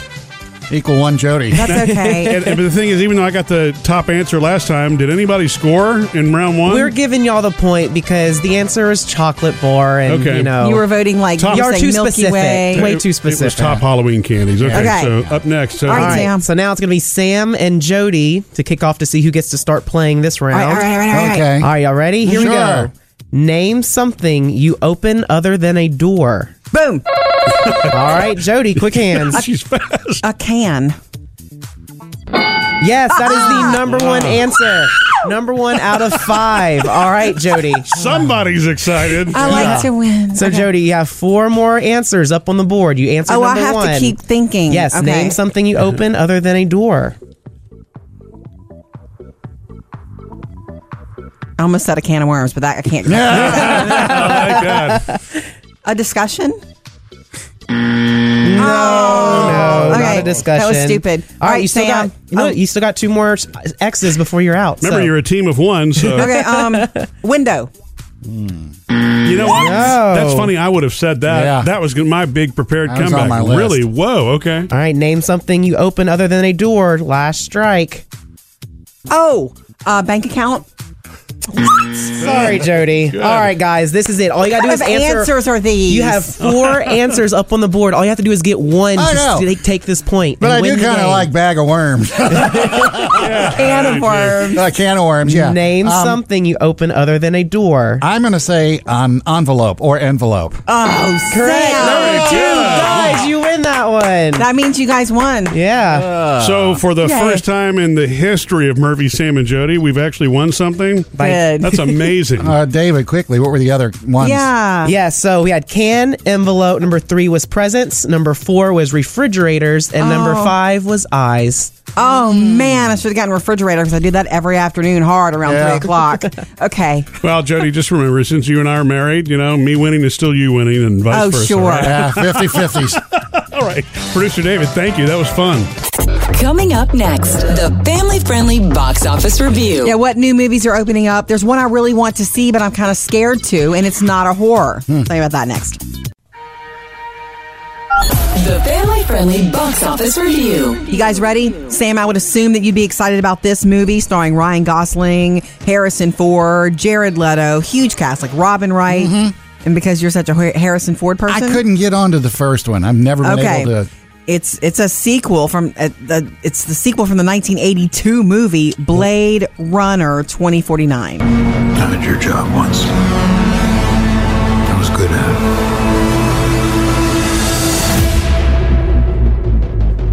S4: equal one Jody.
S3: That's okay.
S2: And, and- but the thing is, even though I got the top answer last time, did anybody score in round one?
S7: We're giving y'all the point because the answer is chocolate bar, and
S2: Okay.
S7: you know
S3: you were voting like
S2: Top-
S3: you
S7: Y'all
S3: were
S7: are
S3: saying
S7: too
S3: Milky
S7: specific.
S3: Way.
S7: Way
S2: It-
S7: too
S2: It was
S7: specific.
S2: top Halloween candies. Okay,
S3: Okay.
S2: so up next. uh, So
S3: All right,
S7: All right,
S3: Sam.
S7: So now it's going to be Sam and Jody to kick off to see who gets to start playing this
S3: All right, all
S7: round.
S3: right, all right, all right.
S4: Okay.
S7: Are y'all ready? Here we
S4: Sure.
S7: go. Name something you open other than a door.
S3: Boom.
S7: All right, Jody, quick hands.
S2: she's fast.
S3: A can.
S7: Yes, that is the number one answer. Number one out of five. All right, Jody.
S2: Somebody's excited.
S3: I like to win.
S7: So, Jody, you have four more answers up on the board. You answered
S3: Oh, I
S7: number
S3: have
S7: one.
S3: to keep thinking.
S7: Yes,
S3: Okay.
S7: name something you open other than a door.
S3: I almost said a can of worms, but that I can't.
S2: I like that.
S3: A discussion. Oh,
S7: No,
S3: okay.
S7: not a discussion.
S3: That was stupid.
S7: All right,
S3: Alright,
S7: you still
S3: Sam.
S7: got you know
S3: Oh.
S7: you still got two more X's before you're out.
S2: Remember,
S7: so.
S2: you're a team of one, so
S3: Okay. Um. window.
S2: you know what?
S7: No.
S2: That's funny. I would have said that.
S4: Yeah.
S2: That was my big prepared
S4: That was
S2: comeback.
S4: on my list.
S2: Really? Whoa. Okay.
S7: All right, name something you open other than a door. Last strike.
S3: Oh. Uh, bank account.
S7: Sorry, Jody. All right, guys, this is it. All you gotta do is
S3: What
S7: answer.
S3: answers are these?
S7: You have four answers up on the board. All you have to do is get one
S4: I
S7: to
S4: know.
S7: st- take this point.
S4: But
S7: and
S4: I do
S7: win the
S4: kind of
S7: game.
S4: like bag of worms,
S3: a can of worms.
S4: a can of worms. Yeah,
S7: Name
S4: Um,
S7: something you open other than a door.
S4: I'm gonna say an envelope or envelope.
S3: Oh,
S7: Correct.
S3: Sam.
S7: Number two, guys, you win that one.
S3: That means you guys won.
S7: Yeah,
S3: Uh,
S2: so for the
S3: Yay.
S2: first time in the history of Murphy, Sam, and Jody, we've actually won something.
S3: Good.
S2: That's amazing.
S4: Uh, David, quickly, what were the other ones?
S3: yeah.
S7: yeah. So we had can envelope. Number three was presents. Number four was refrigerators, and number
S3: Oh.
S7: five was eyes.
S3: Oh
S7: Mm.
S3: man, I should have gotten refrigerator because I do that every afternoon hard around
S4: Yeah.
S3: three o'clock. Okay.
S2: well, Jody, just remember, since you and I are married, you know, me winning is still you winning, and vice
S3: Oh
S2: versa.
S3: sure.
S2: right?
S4: Yeah, 50 50s.
S2: All right, producer David, thank you. That was fun.
S6: Coming up next, the family friendly box office review.
S3: Yeah, what new movies are opening up? There's one I really want to see, but I'm kind of scared to, and it's not a horror.
S4: Hmm.
S3: Tell you about that next.
S6: The family friendly box office review.
S3: You guys ready? Sam, I would assume that you'd be excited about this movie starring Ryan Gosling, Harrison Ford, Jared Leto, huge cast like Robin Wright.
S4: Mm-hmm.
S3: And because you're such a Har- Harrison Ford person,
S4: I couldn't get onto the first one. I've never been
S3: Okay.
S4: able to.
S3: It's it's a sequel from uh, the it's the sequel from the 1982 movie Blade Runner 2049.
S9: I did your job once. I was good at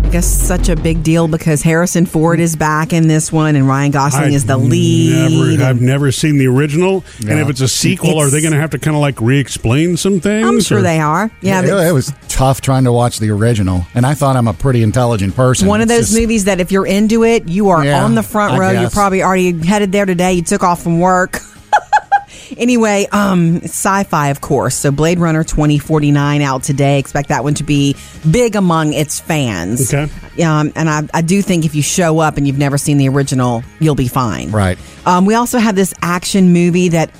S3: I guess such a big deal because Harrison Ford is back in this one and Ryan Gosling is the
S2: I've
S3: lead.
S2: Never, I've never seen the original, and
S4: Yeah.
S2: if it's a sequel, are
S3: It's-
S2: they going to have to kind of like re-explain some things?
S3: I'm sure
S2: or-
S3: they are. Yeah,
S4: it,
S3: but-
S4: it was tough trying to watch the original, and I thought I'm a pretty intelligent person.
S3: one of
S4: It's
S3: those
S4: just-
S3: movies that if you're into it, you are
S4: Yeah,
S3: on the front
S4: I
S3: row. You're
S4: guess.
S3: probably already headed there today. You took off from work. anyway, um, sci-fi, of course. So Blade Runner 2049 out today. Expect that one to be big among its fans.
S2: Okay.
S3: Um, and I, I do think if you show up and you've never seen the original, you'll be fine.
S4: Right.
S3: Um, we also had this action movie that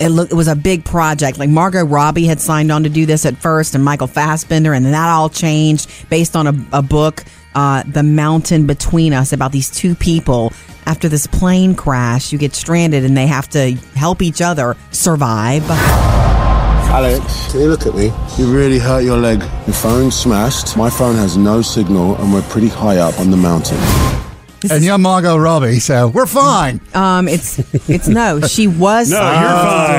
S3: it look it was a big project. Like Margot Robbie had signed on to do this at first, and Michael Fassbender, and then that all changed based on a, a book, uh, "The Mountain Between Us," about these two people after this plane crash. You get stranded, and they have to help each other survive.
S10: Alex, can you look at me? You really hurt your leg. Your phone's smashed. My phone has no signal, and we're pretty high up on the mountain.
S4: and you're Margot Robbie, so we're fine.
S3: Um, it's it's no, she was.
S2: No, you're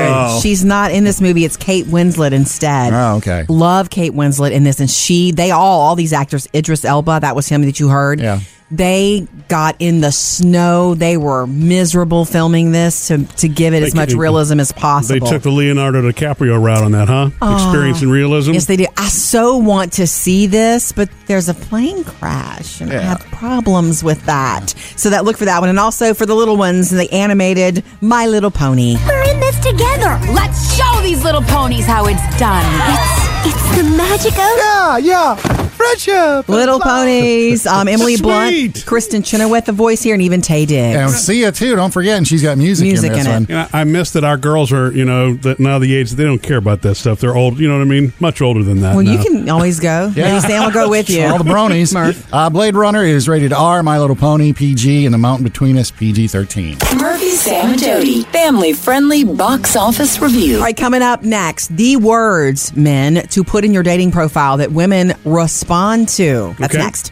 S2: fine.
S3: She's not in this movie. It's Kate Winslet instead.
S4: Oh, okay.
S3: Love Kate Winslet in this, and she, they all, all these actors, Idris Elba, that was him that you heard.
S4: Yeah.
S3: They got in the snow. They were miserable filming this to to give it as
S2: They-
S3: much realism as
S2: They
S3: possible.
S2: took the Leonardo DiCaprio route on that, huh? Experience and realism.
S3: Yes, they did. I so want to see this, but there's a plane crash, and I have problems with that. So that look for that one, and also for the little ones, the animated My Little Pony.
S11: We're in this together. Let's show these little ponies how it's done. It's it's the magic of
S7: Yeah, yeah. Friendship.
S3: Little Ponies. Um, Emily Blunt,
S2: Sweet.
S3: Kristen Chenoweth, the voice here, and even Tay Diggs.
S4: And Sia too. Don't forget, and she's got music,
S3: Music
S4: in this
S3: in it.
S4: one.
S2: And I, I miss that our girls are, you know, that now the age they don't care about that stuff. They're old, you know what I mean? Much older than that.
S3: well, you
S2: now.
S3: can always go.
S4: Yeah.
S3: Maybe Sam will go with you.
S4: All the bronies. Uh, Blade Runner is rated R. My Little Pony PG, and The Mountain Between Us PG thirteen.
S6: Murphy, Sam, and Jody. Family friendly box office review.
S3: All right, coming up next, the words, men, to put in your dating profile that women respond to. That's
S2: Okay.
S3: next.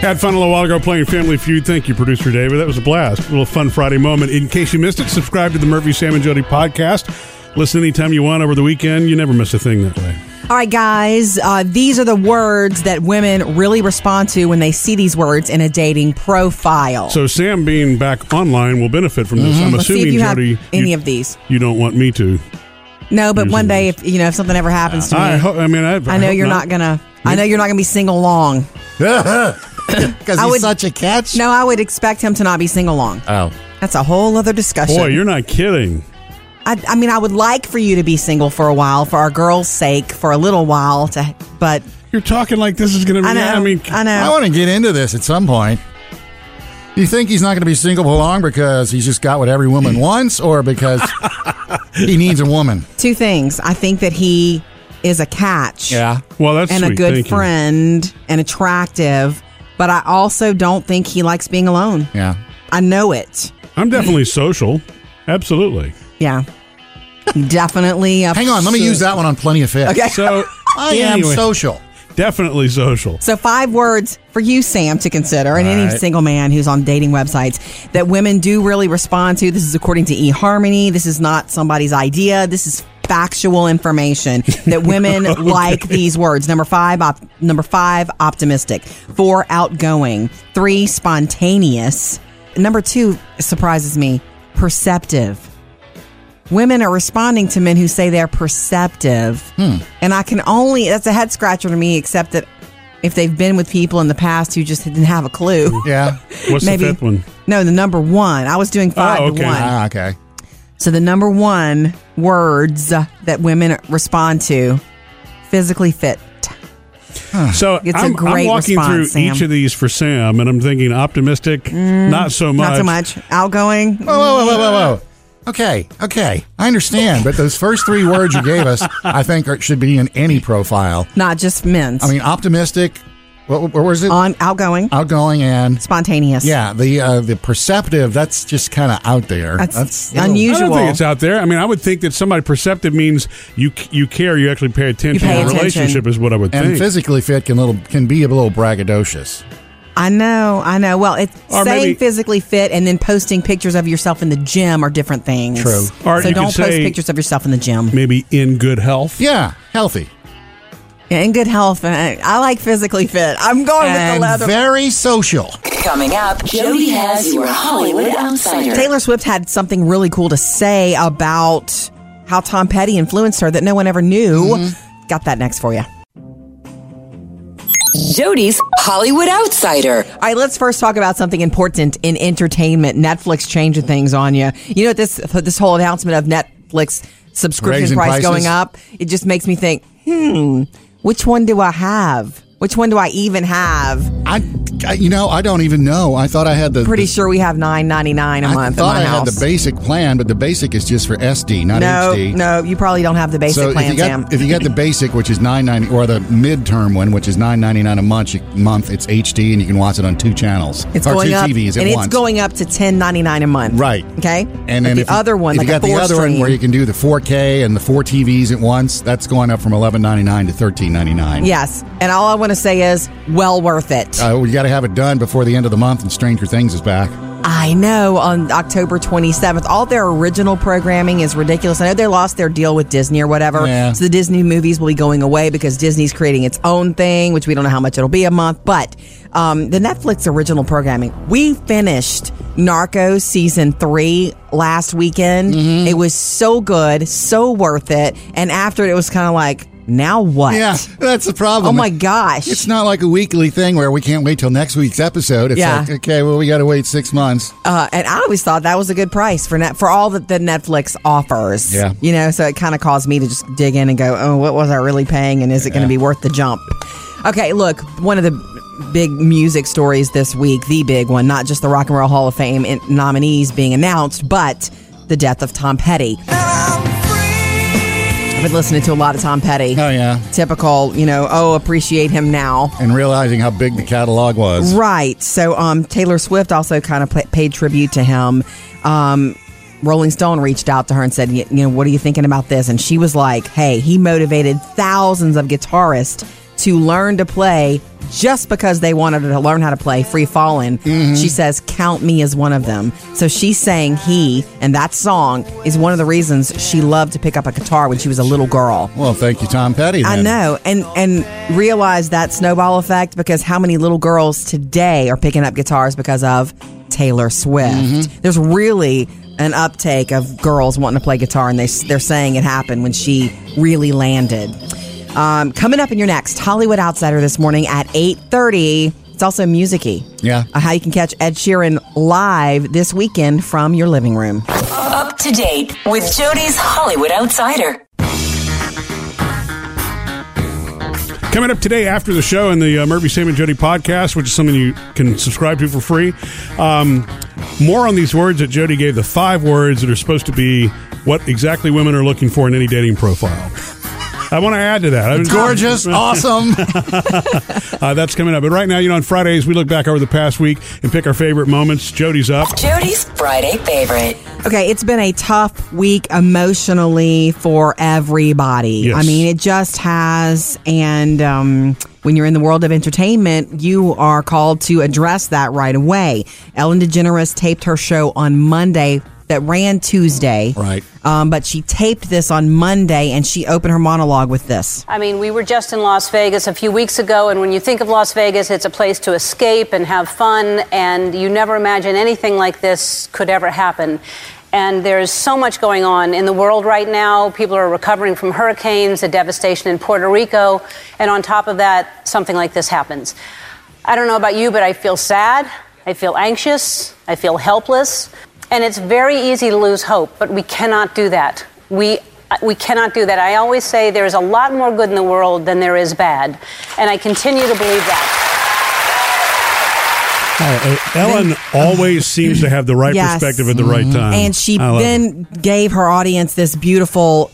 S2: Had fun a little while ago playing Family Feud. Thank you, producer David. That was a blast. A little fun Friday moment. In case you missed it, subscribe to the Murphy, Sam, and Jody podcast. Listen anytime you want over the weekend. You never miss a thing that way.
S3: All right, guys, uh, these are the words that women really respond to when they see these words in a dating profile.
S2: So Sam being back online will benefit from this. I'm
S3: Mm-hmm. Let's see
S2: assuming
S3: if you have
S2: Jody,
S3: any
S2: you,
S3: of these.
S2: you don't want me to.
S3: No, but
S2: Here's
S3: one
S2: the
S3: day,
S2: words.
S3: if you know, if something ever happens to me,
S2: I, ho- I mean, I,
S3: I know you're not, gonna. I know you're not gonna be single long.
S4: Because
S3: I
S4: he's
S3: would-
S4: such a catch.
S3: No, I would expect him to not be single long.
S4: Oh.
S3: That's a whole other discussion.
S2: Boy, you're not kidding.
S3: I, I mean, I would like for you to be single for a while, for our girls' sake, for a little while. To, but
S2: You're talking like this is going to be.
S3: I know,
S2: I mean,
S3: I know.
S4: I want to get into this at some point. You think he's not going to be single for long because he's just got what every woman wants, or because he needs a woman?
S3: Two things. I think that he is a catch,
S2: Well, that's
S3: and a
S2: sweet.
S3: good
S2: Thank you.
S3: friend and attractive. But I also don't think he likes being alone.
S4: yeah.
S3: I know it.
S2: I'm definitely social. Absolutely.
S3: Yeah, definitely. A
S4: Hang on, let me use that one on Plenty of Fish.
S3: Okay.
S2: So
S3: Oh,
S4: I
S2: anyway,
S4: am social.
S2: Definitely social.
S3: So, five words for you, Sam, to consider, and any
S4: right.
S3: single man who's on dating websites that women do really respond to. This is according to eHarmony. This is not somebody's idea. This is factual information that women like these words. Number five, op- number five, optimistic. Four, outgoing. Three, spontaneous. Number two surprises me, perceptive. Women are responding to men who say they're perceptive.
S2: Hmm.
S3: And I can only, that's a head scratcher to me, except that if they've been with people in the past who just didn't have a clue.
S4: Yeah.
S2: What's the fifth one?
S3: No, the number one. I was doing five
S2: Oh,
S3: to
S2: okay.
S3: one.
S4: Ah, okay.
S3: So the number one words that women respond to physically fit.
S2: So
S3: It's
S2: I'm,
S3: a
S2: I'm
S3: great
S2: walking
S3: response,
S2: through
S3: Sam. Mm,
S2: each of these for Sam, and I'm thinking optimistic, not so much. Oh.
S3: Not so much. Outgoing.
S4: Whoa, whoa, whoa, whoa, whoa, whoa. Okay, okay. I understand, but those first three words you gave us, I think, are, should be in any profile.
S3: Not just men's.
S4: I mean, optimistic, What, where was it?
S3: On outgoing.
S4: Outgoing and
S3: spontaneous.
S4: Yeah, the uh, the perceptive. That's just kind of out there.
S3: That's
S4: That's,
S2: I
S3: unusual.
S2: don't think it's out there. I mean, I would think that somebody perceptive means you you care, you actually pay attention.
S3: pay
S2: in a
S3: attention.
S2: relationship is what I would
S4: and
S2: think.
S4: physically fit can little can be a little braggadocious.
S3: I know, I know. Well, it's
S2: Or
S3: saying
S2: maybe-
S3: physically fit and then posting pictures of yourself in the gym are different things.
S4: True.
S2: Or
S3: so
S2: you
S3: don't
S2: could
S3: post
S2: say-
S3: pictures of yourself in the gym.
S2: Maybe in good health.
S4: Yeah, healthy
S3: Yeah, in good health. And I like physically fit. I'm going with the
S4: and
S3: leather.
S4: very social.
S6: Coming up, Jody has your Hollywood Outsider.
S3: Taylor Swift had something really cool to say about how Tom Petty influenced her that no one ever knew.
S2: Mm-hmm.
S3: Got that next for you.
S6: Jody's Hollywood Outsider.
S3: All right, let's first talk about something important in entertainment. Netflix changing things on you. You know what this this whole announcement of Netflix subscription
S4: Raising
S3: price
S4: prices.
S3: going up. It just makes me think, hmm, which one do I have? Which one do I even have?
S4: I, I- you know, I don't even know. I thought I had the
S3: Pretty
S4: the-
S3: sure we have nine ninety nine a
S4: I
S3: month. in
S4: thought
S3: my
S4: I
S3: house.
S4: had the basic plan, but the basic is just for SD, not
S3: no,
S4: HD.
S3: no, you probably don't have the basic
S4: so
S3: plan,
S4: if you,
S3: Sam.
S4: got, if you got the basic, which is nine ninety, or the midterm one, which is nine ninety nine a month, you- month it's HD and you can watch it on two channels
S3: It's
S4: or
S3: going
S4: two
S3: up,
S4: TVs at
S3: and
S4: once.
S3: it's going up to ten ninety nine a month.
S4: Right.
S3: Okay.
S4: and
S3: But
S4: then
S3: the
S4: if you-
S3: other one,
S4: if
S3: like
S4: you got
S3: a
S4: the
S3: four
S4: other one
S3: stream.
S4: where you can do the 4K and the four TVs at once, that's going up from eleven ninety nine to thirteen ninety nine.
S3: Yes, and all I want to say is, well worth it.
S4: uh, we got to have it done before the end of the month, and Stranger Things is back.
S3: I know on October 27th. All their original programming is ridiculous. I know they lost their deal with Disney or whatever.
S4: Yeah.
S3: So the Disney movies will be going away because Disney's creating its own thing, which we don't know how much it'll be a month. But um, the Netflix original programming, we finished Narcos season three last weekend.
S4: Mm-hmm.
S3: It was so good, so worth it. And after it, it was kind of like, now what?
S4: Yeah, that's the problem.
S3: Oh my gosh.
S4: It's not like a weekly thing where we can't wait till next week's episode. It's
S3: Yeah.
S4: like, okay, well, we got to wait six months.
S3: Uh, and I always thought that was a good price for net for all that the Netflix offers.
S4: Yeah.
S3: you know, so it kind of caused me to just dig in and go, oh, what was I really paying, and is it going to be worth the jump? Okay, look, one of the big music stories this week, the big one, not just the Rock and Roll Hall of Fame in- nominees being announced, but the death of Tom Petty. I've been listening to a lot of Tom Petty.
S4: Oh, yeah.
S3: Typical, you know, oh, appreciate him now.
S4: And realizing how big the catalog was.
S3: Right. So um, Taylor Swift also kind of pla paid tribute to him. Um, Rolling Stone reached out to her and said, "Y- you know, what are you thinking about this? And she was like, hey, he motivated thousands of guitarists to learn to play just because they wanted to learn how to play Free Fallen. She says, count me as one of them. So she's saying he, and that song is one of the reasons she loved to pick up a guitar when she was a little girl.
S4: Well, thank you, Tom Petty.
S3: I
S4: then.
S3: know, and and realize that snowball effect because how many little girls today are picking up guitars because of Taylor Swift?
S4: Mm-hmm.
S3: There's really an uptake of girls wanting to play guitar, and they they're saying it happened when she really landed. Um, coming up in your next Hollywood Outsider this morning at eight thirty. It's also musicy.
S4: Yeah.
S3: Uh, how you can catch Ed Sheeran live this weekend from your living room.
S6: Up to date with Jody's Hollywood Outsider.
S2: Coming up today after the show in the uh, Murphy, Sam, and Jody podcast, which is something you can subscribe to for free. Um, more on these words that Jody gave the five words that are supposed to be what exactly women are looking for in any dating profile. I want to add to that. I was-
S4: Gorgeous, awesome.
S2: Uh, that's coming up. But right now, you know, on Fridays, we look back over the past week and pick our favorite moments. Jody's up.
S6: Jody's Friday favorite.
S3: Okay, it's been a tough week emotionally for everybody.
S2: Yes.
S3: I mean, it just has. And um, when you're in the world of entertainment, you are called to address that right away. Ellen DeGeneres taped her show on Monday that ran Tuesday.
S4: Right.
S3: Um, but she taped this on Monday and she opened her monologue with this.
S12: I mean, we were just in Las Vegas a few weeks ago, and when you think of Las Vegas, it's a place to escape and have fun, and you never imagine anything like this could ever happen. And there's so much going on in the world right now. People are recovering from hurricanes, the devastation in Puerto Rico, and on top of that, something like this happens. I don't know about you, but I feel sad, I feel anxious, I feel helpless, and it's very easy to lose hope, but we cannot do that. We uh, we cannot do that. I always say there is a lot more good in the world than there is bad, and I continue to believe that.
S2: Ellen always seems to have the right
S3: Yes.
S2: perspective at the right time.
S3: And she
S2: I love Mm. it.
S3: then gave her audience this beautiful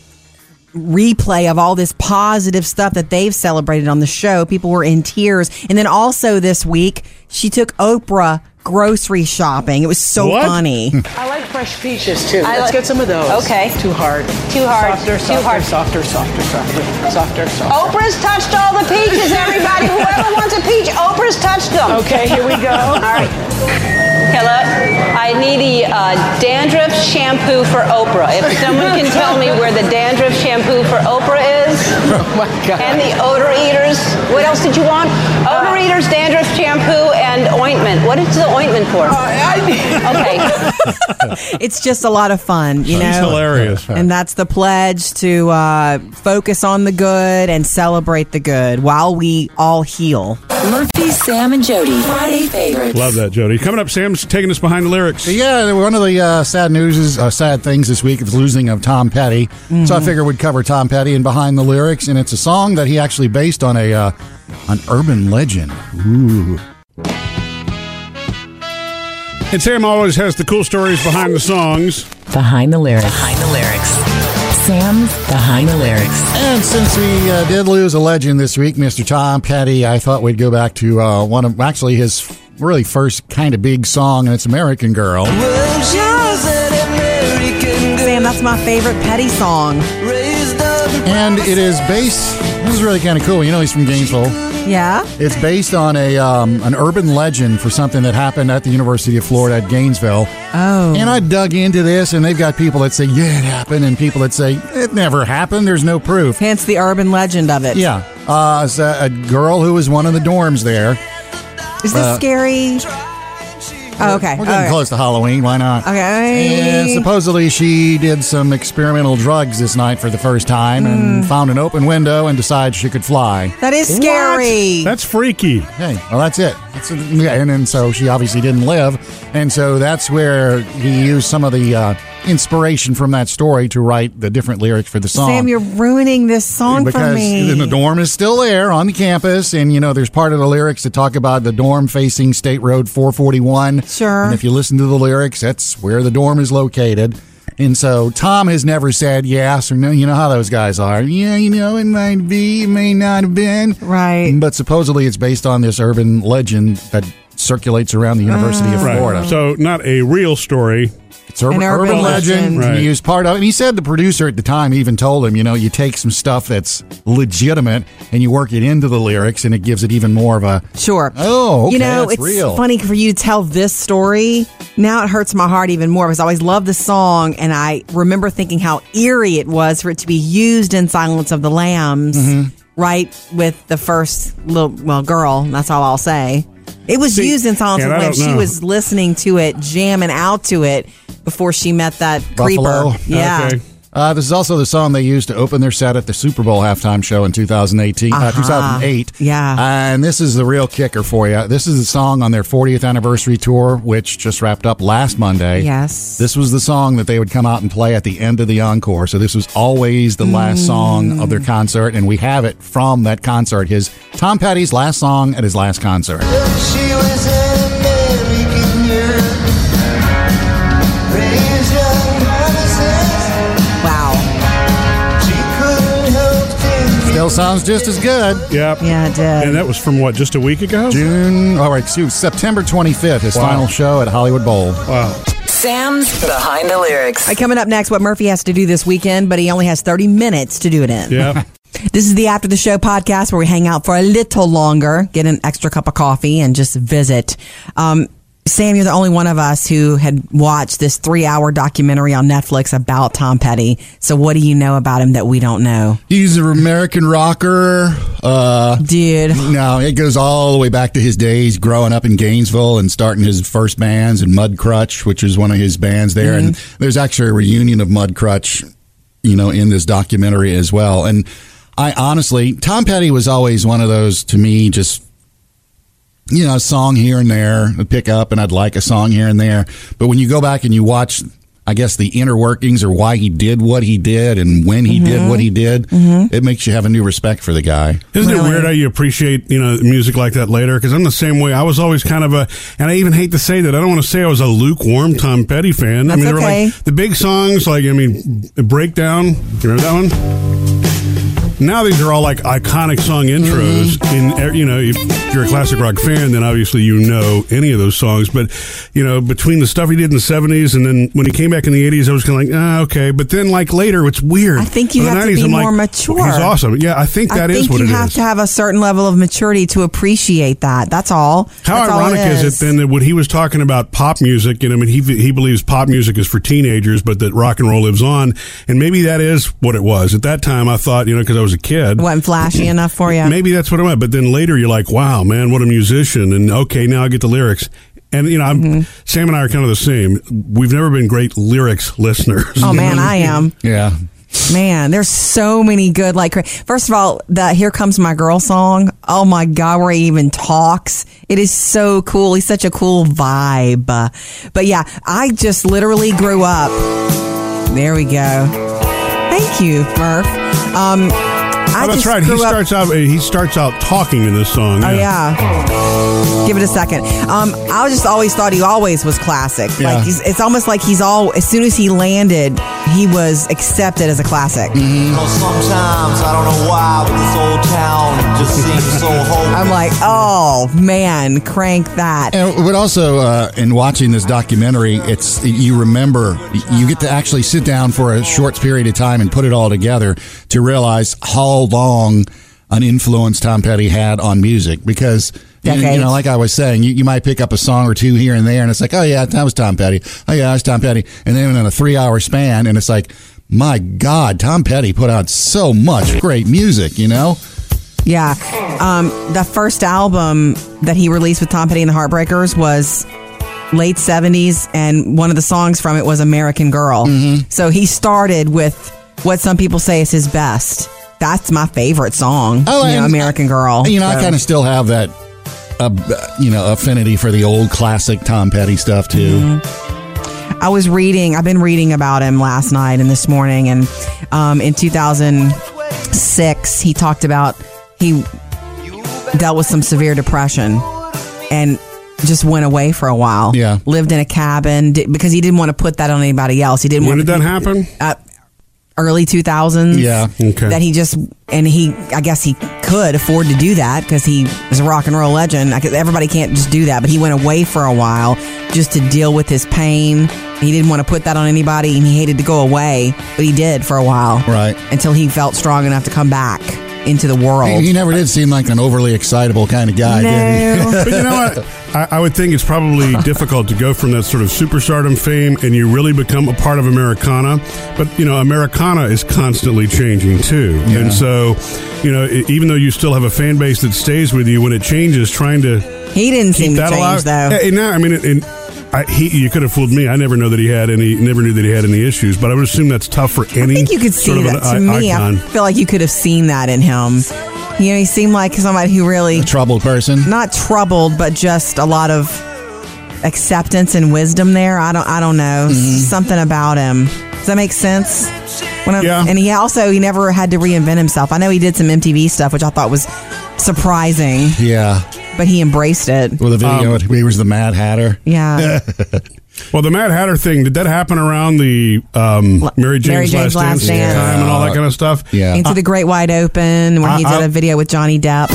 S3: replay of all this positive stuff that they've celebrated on the show. People were in tears. And then also this week, she took Oprah grocery shopping. It was so funny.
S13: I like fresh peaches too.
S12: I
S13: Let's
S12: like-
S13: get some of those.
S12: Okay.
S13: Too hard.
S12: Too hard.
S13: Softer,
S12: Too
S13: softer,
S12: hard.
S13: softer, softer, softer, softer, softer.
S12: Oprah's touched all the peaches, everybody. Whoever wants a peach, Oprah's touched them.
S13: Okay, here we go.
S12: all right. Okay, look. I need the uh, dandruff shampoo for Oprah. If someone can tell me where the dandruff shampoo for Oprah is. Oh my God. Uh, And the odor eaters. What else did you want? Odor eaters, dandruff shampoo, and ointment. What is the ointment for? okay.
S3: it's just a lot of fun, you
S2: That's
S3: know.
S2: hilarious.
S3: And that's the pledge to uh, focus on the good and celebrate the good while we all heal.
S6: Murphy, Sam, and Jody. Friday favorites.
S2: Love that, Jody. Coming up, Sam's taking us behind the lyrics.
S4: Yeah, one of the uh, sad news is uh, sad things this week is losing of Tom Petty. So I figured we'd cover Tom Petty and behind the lyrics, and it's a song that he actually based on a uh, an urban legend. Ooh.
S2: And Sam always has the cool stories behind the songs.
S6: Behind the lyrics. Behind the lyrics. Sam's behind the lyrics.
S4: And since we uh, did lose a legend this week, Mr. Tom Petty, I thought we'd go back to uh, one of actually his really first kind of big song, and it's American Girl.
S3: Sam, that's my favorite Petty song.
S4: And it is based. This is really kind of cool. You know, he's from Gainesville.
S3: Yeah.
S4: It's based on a um, an urban legend for something that happened at the University of Florida at Gainesville.
S3: Oh.
S4: And I dug into this, and they've got people that say, yeah, it happened, and people that say, it never happened. There's no proof.
S3: Hence the urban legend of it.
S4: Yeah. Uh, it's a, a girl who was one of the dorms there.
S3: Is this
S4: Uh,
S3: scary? Oh, okay.
S4: We're getting
S3: Okay.
S4: close to Halloween. Why not?
S3: Okay.
S4: And supposedly, she did some experimental drugs this night for the first time and found an open window and decided she could fly.
S3: Hmm. That is scary.
S2: That's freaky.
S4: Hey, well, that's it. That's yeah, and then so she obviously didn't live, and so that's where he used some of the uh, inspiration from that story to write the different lyrics for the song.
S3: Sam, you're ruining this song
S4: because
S3: for me.
S4: the dorm is still there on the campus, and you know there's part of the lyrics that talk about the dorm facing State Road 441.
S3: Sure.
S4: And if you listen to the lyrics, that's where the dorm is located. And so Tom has never said yes or no. You know how those guys are. Yeah, you know it might be, it may not have been.
S3: Right.
S4: But supposedly it's based on this urban legend that circulates around the University of
S3: Mm.
S2: Right.
S4: Florida.
S2: So not a real story.
S4: It's urban,
S3: An urban
S4: urban legend.
S3: legend.
S4: and
S2: Right.
S4: He used part of it. And he said the producer at the time even told him, you know, you take some stuff that's legitimate and you work it into the lyrics and it gives it even more of a.
S3: Sure.
S4: Oh, okay,
S3: you know,
S4: that's
S3: it's
S4: real.
S3: funny for you to tell this story. Now it hurts my heart even more because I always loved the song, and I remember thinking how eerie it was for it to be used in Silence of the Lambs, right? With the first little well girl. That's all I'll say. It was
S2: See,
S3: used in Silence
S2: and
S3: of
S2: I
S3: the Lambs.
S2: don't
S3: She
S2: know.
S3: was listening to it, jamming out to it before she met that
S4: Buffalo.
S3: creeper. Yeah.
S2: Okay.
S4: Uh, this is also the song they used to open their set at the Super Bowl halftime show in 2018, uh,
S3: Uh-huh.
S4: 2008.
S3: Yeah.
S4: And this is the real kicker for you. This is the song on their 40th anniversary tour, which just wrapped up last Monday.
S3: Yes.
S4: This was the song that they would come out and play at the end of the encore. So this was always the last song of their concert, and we have it from that concert. His Tom Petty's last song at his last concert.
S5: She was an American girl, raised on promises.
S3: Wow.
S5: She couldn't help thinking
S4: Still sounds just as good.
S2: Yep.
S3: Yeah, it did.
S2: And that was from what, just a week ago?
S4: June, all right, excuse, September 25th, his
S2: Wow.
S4: final show at Hollywood Bowl.
S2: Wow.
S6: Sam's behind the lyrics.
S3: All right, coming up next, what Murphy has to do this weekend, but he only has 30 minutes to do it in.
S2: Yeah.
S3: This is the After the Show podcast where we hang out for a little longer, get an extra cup of coffee, and just visit. Um, Sam, you're the only one of us who had watched this three hour documentary on Netflix about Tom Petty. So, what do you know about him that we don't know?
S4: He's an American rocker. Uh,
S3: Dude,
S4: No, it goes all the way back to his days growing up in Gainesville and starting his first bands in Mud Crutch, which is one of his bands there. And there's actually a reunion of Mud Crutch, you know, in this documentary as well. And I honestly, Tom Petty was always one of those to me, just, you know, a song here and there, a pick up, and I'd like a song here and there. But when you go back and you watch, I guess the inner workings or why he did what he did and when he did what he did, it makes you have a new respect for the guy.
S2: Isn't
S3: Really?
S2: it weird how you appreciate you know music like that later? Because I'm the same way. I was always kind of a, and I even hate to say that. I don't want to say I was a lukewarm Tom Petty fan. I
S3: That's
S2: mean, they were
S3: okay.
S2: like the big songs, like I mean, Breakdown. You remember that one? Now these are all like iconic song intros.
S3: Mm-hmm.
S2: In e, you know, if you're a classic rock fan, then obviously you know any of those songs. But you know, between the stuff he did in the '70s and then when he came back in the '80s, I was kind of like, ah, okay. But then like later, it's weird.
S3: I think you
S2: In the
S3: have to be
S2: I'm
S3: more
S2: like,
S3: mature.
S2: He's awesome. Yeah, I think that
S3: I
S2: is
S3: think
S2: what
S3: you
S2: it is.
S3: have to have a certain level of maturity to appreciate that. That's all.
S2: How
S3: That's all
S2: ironic is. it then that when he was talking about pop music, and I mean, he he believes pop music is for teenagers, but that rock and roll lives on, and maybe that is what it was at that time. I thought, you know, because I was a kid,
S3: wasn't flashy enough for you.
S2: maybe that's what it was. But then later, you're like, wow, man, what a musician, and okay, now I get the lyrics. And you know, I'm,
S3: Mm-hmm.
S2: Sam and I are kind of the same. We've never been great lyrics listeners.
S3: Oh, man, I am.
S4: Yeah.
S3: Man, there's so many good like cra- first of all, the Here Comes My Girl song. Oh my god, where he even talks. It is so cool. He's such a cool vibe. Uh, But yeah, I just literally grew up. There we go. Thank you, Murph. Um I
S2: Oh, that's
S3: just
S2: right. He
S3: grew up-
S2: starts out. He starts out talking in this song.
S3: Oh yeah. Give it a second. Um, I just always thought he always was classic.
S2: Yeah.
S3: Like he's, it's almost like he's all as soon as he landed, he was accepted as a classic.
S5: Cause sometimes I don't know why, but this old town just seems so hopeless.
S3: I'm like, oh man, crank that.
S4: And but also uh, in watching this documentary, it's you remember you get to actually sit down for a short period of time and put it all together to realize how long an influence Tom Petty had on music because. You, you
S3: Decades.
S4: know, like I was saying, you, you might pick up a song or two here and there, and it's like, oh yeah, that was Tom Petty. Oh yeah, that was Tom Petty. And then in a three-hour span, and it's like, my God, Tom Petty put out so much great music. You know,
S3: Yeah. Um, the first album that he released with Tom Petty and the Heartbreakers was late 70s, and one of the songs from it was American Girl.
S4: Mm-hmm.
S3: So he started with what some people say is his best. That's my favorite song.
S4: Oh,
S3: you know,
S4: and-
S3: American Girl.
S4: You know,
S3: So-
S4: I kind of still have that, uh, you know, affinity for the old classic Tom Petty stuff too.
S3: Mm-hmm. I was reading. I've been reading about him last night and this morning. And um, in 2006, he talked about he dealt with some severe depression and just went away for a while. Yeah, lived in a cabin di- because he didn't want to put that on anybody else. He didn't.
S2: When
S3: want
S2: did
S3: to
S2: that
S3: be-
S2: happen?
S3: Uh, early 2000s.
S2: Yeah, okay.
S3: That he just and he, I guess he could afford to do that because he was a rock and roll legend. I could, everybody can't just do that, but he went away for a while just to deal with his pain. He didn't want to put that on anybody, and he hated to go away, but he did for a while,
S4: right?
S3: Until he felt strong enough to come back into the world.
S4: He, he never did seem like an overly excitable kind of guy. Did
S2: but
S4: he?
S2: you know what? I, I would think it's probably difficult to go from that sort of superstardom fame and you really become a part of Americana. But, you know, Americana is constantly changing too. And so, you know, e- even though you still have a fan base that stays with you when it changes, trying to
S3: he didn't
S2: keep
S3: seem to
S2: that
S3: change
S2: alive.
S3: though.
S2: Yeah, and now, I mean, it- and I, he, you could have fooled me. I never know that he had any, never knew that he had any issues, but I would assume that's tough for any.
S3: I think you could see
S2: sort of
S3: that.
S2: an
S3: to
S2: i-
S3: me,
S2: icon.
S3: I feel like you could have seen that in him. You know, he seemed like somebody who really a
S4: troubled person,
S3: not troubled, but just a lot of acceptance and wisdom there. I don't, I don't know,
S2: Mm-hmm.
S3: something about him. Does that make sense? When I-
S2: Yeah.
S3: And he also he never had to reinvent himself. I know he did some MTV stuff, which I thought was surprising,
S4: yeah.
S3: but he embraced it.
S4: Well, the
S3: Um,
S4: video, he was the Mad Hatter.
S3: Yeah.
S2: Well, the Mad Hatter thing did that happen around the um, Mary Jane's,
S3: Mary
S2: Last
S3: Jane's
S2: Dance,
S3: Last Dance.
S2: time and all that kind of stuff?
S4: Yeah.
S3: Into the Great Wide Open, where he
S2: I-
S3: did
S2: I-
S3: a video with Johnny Depp.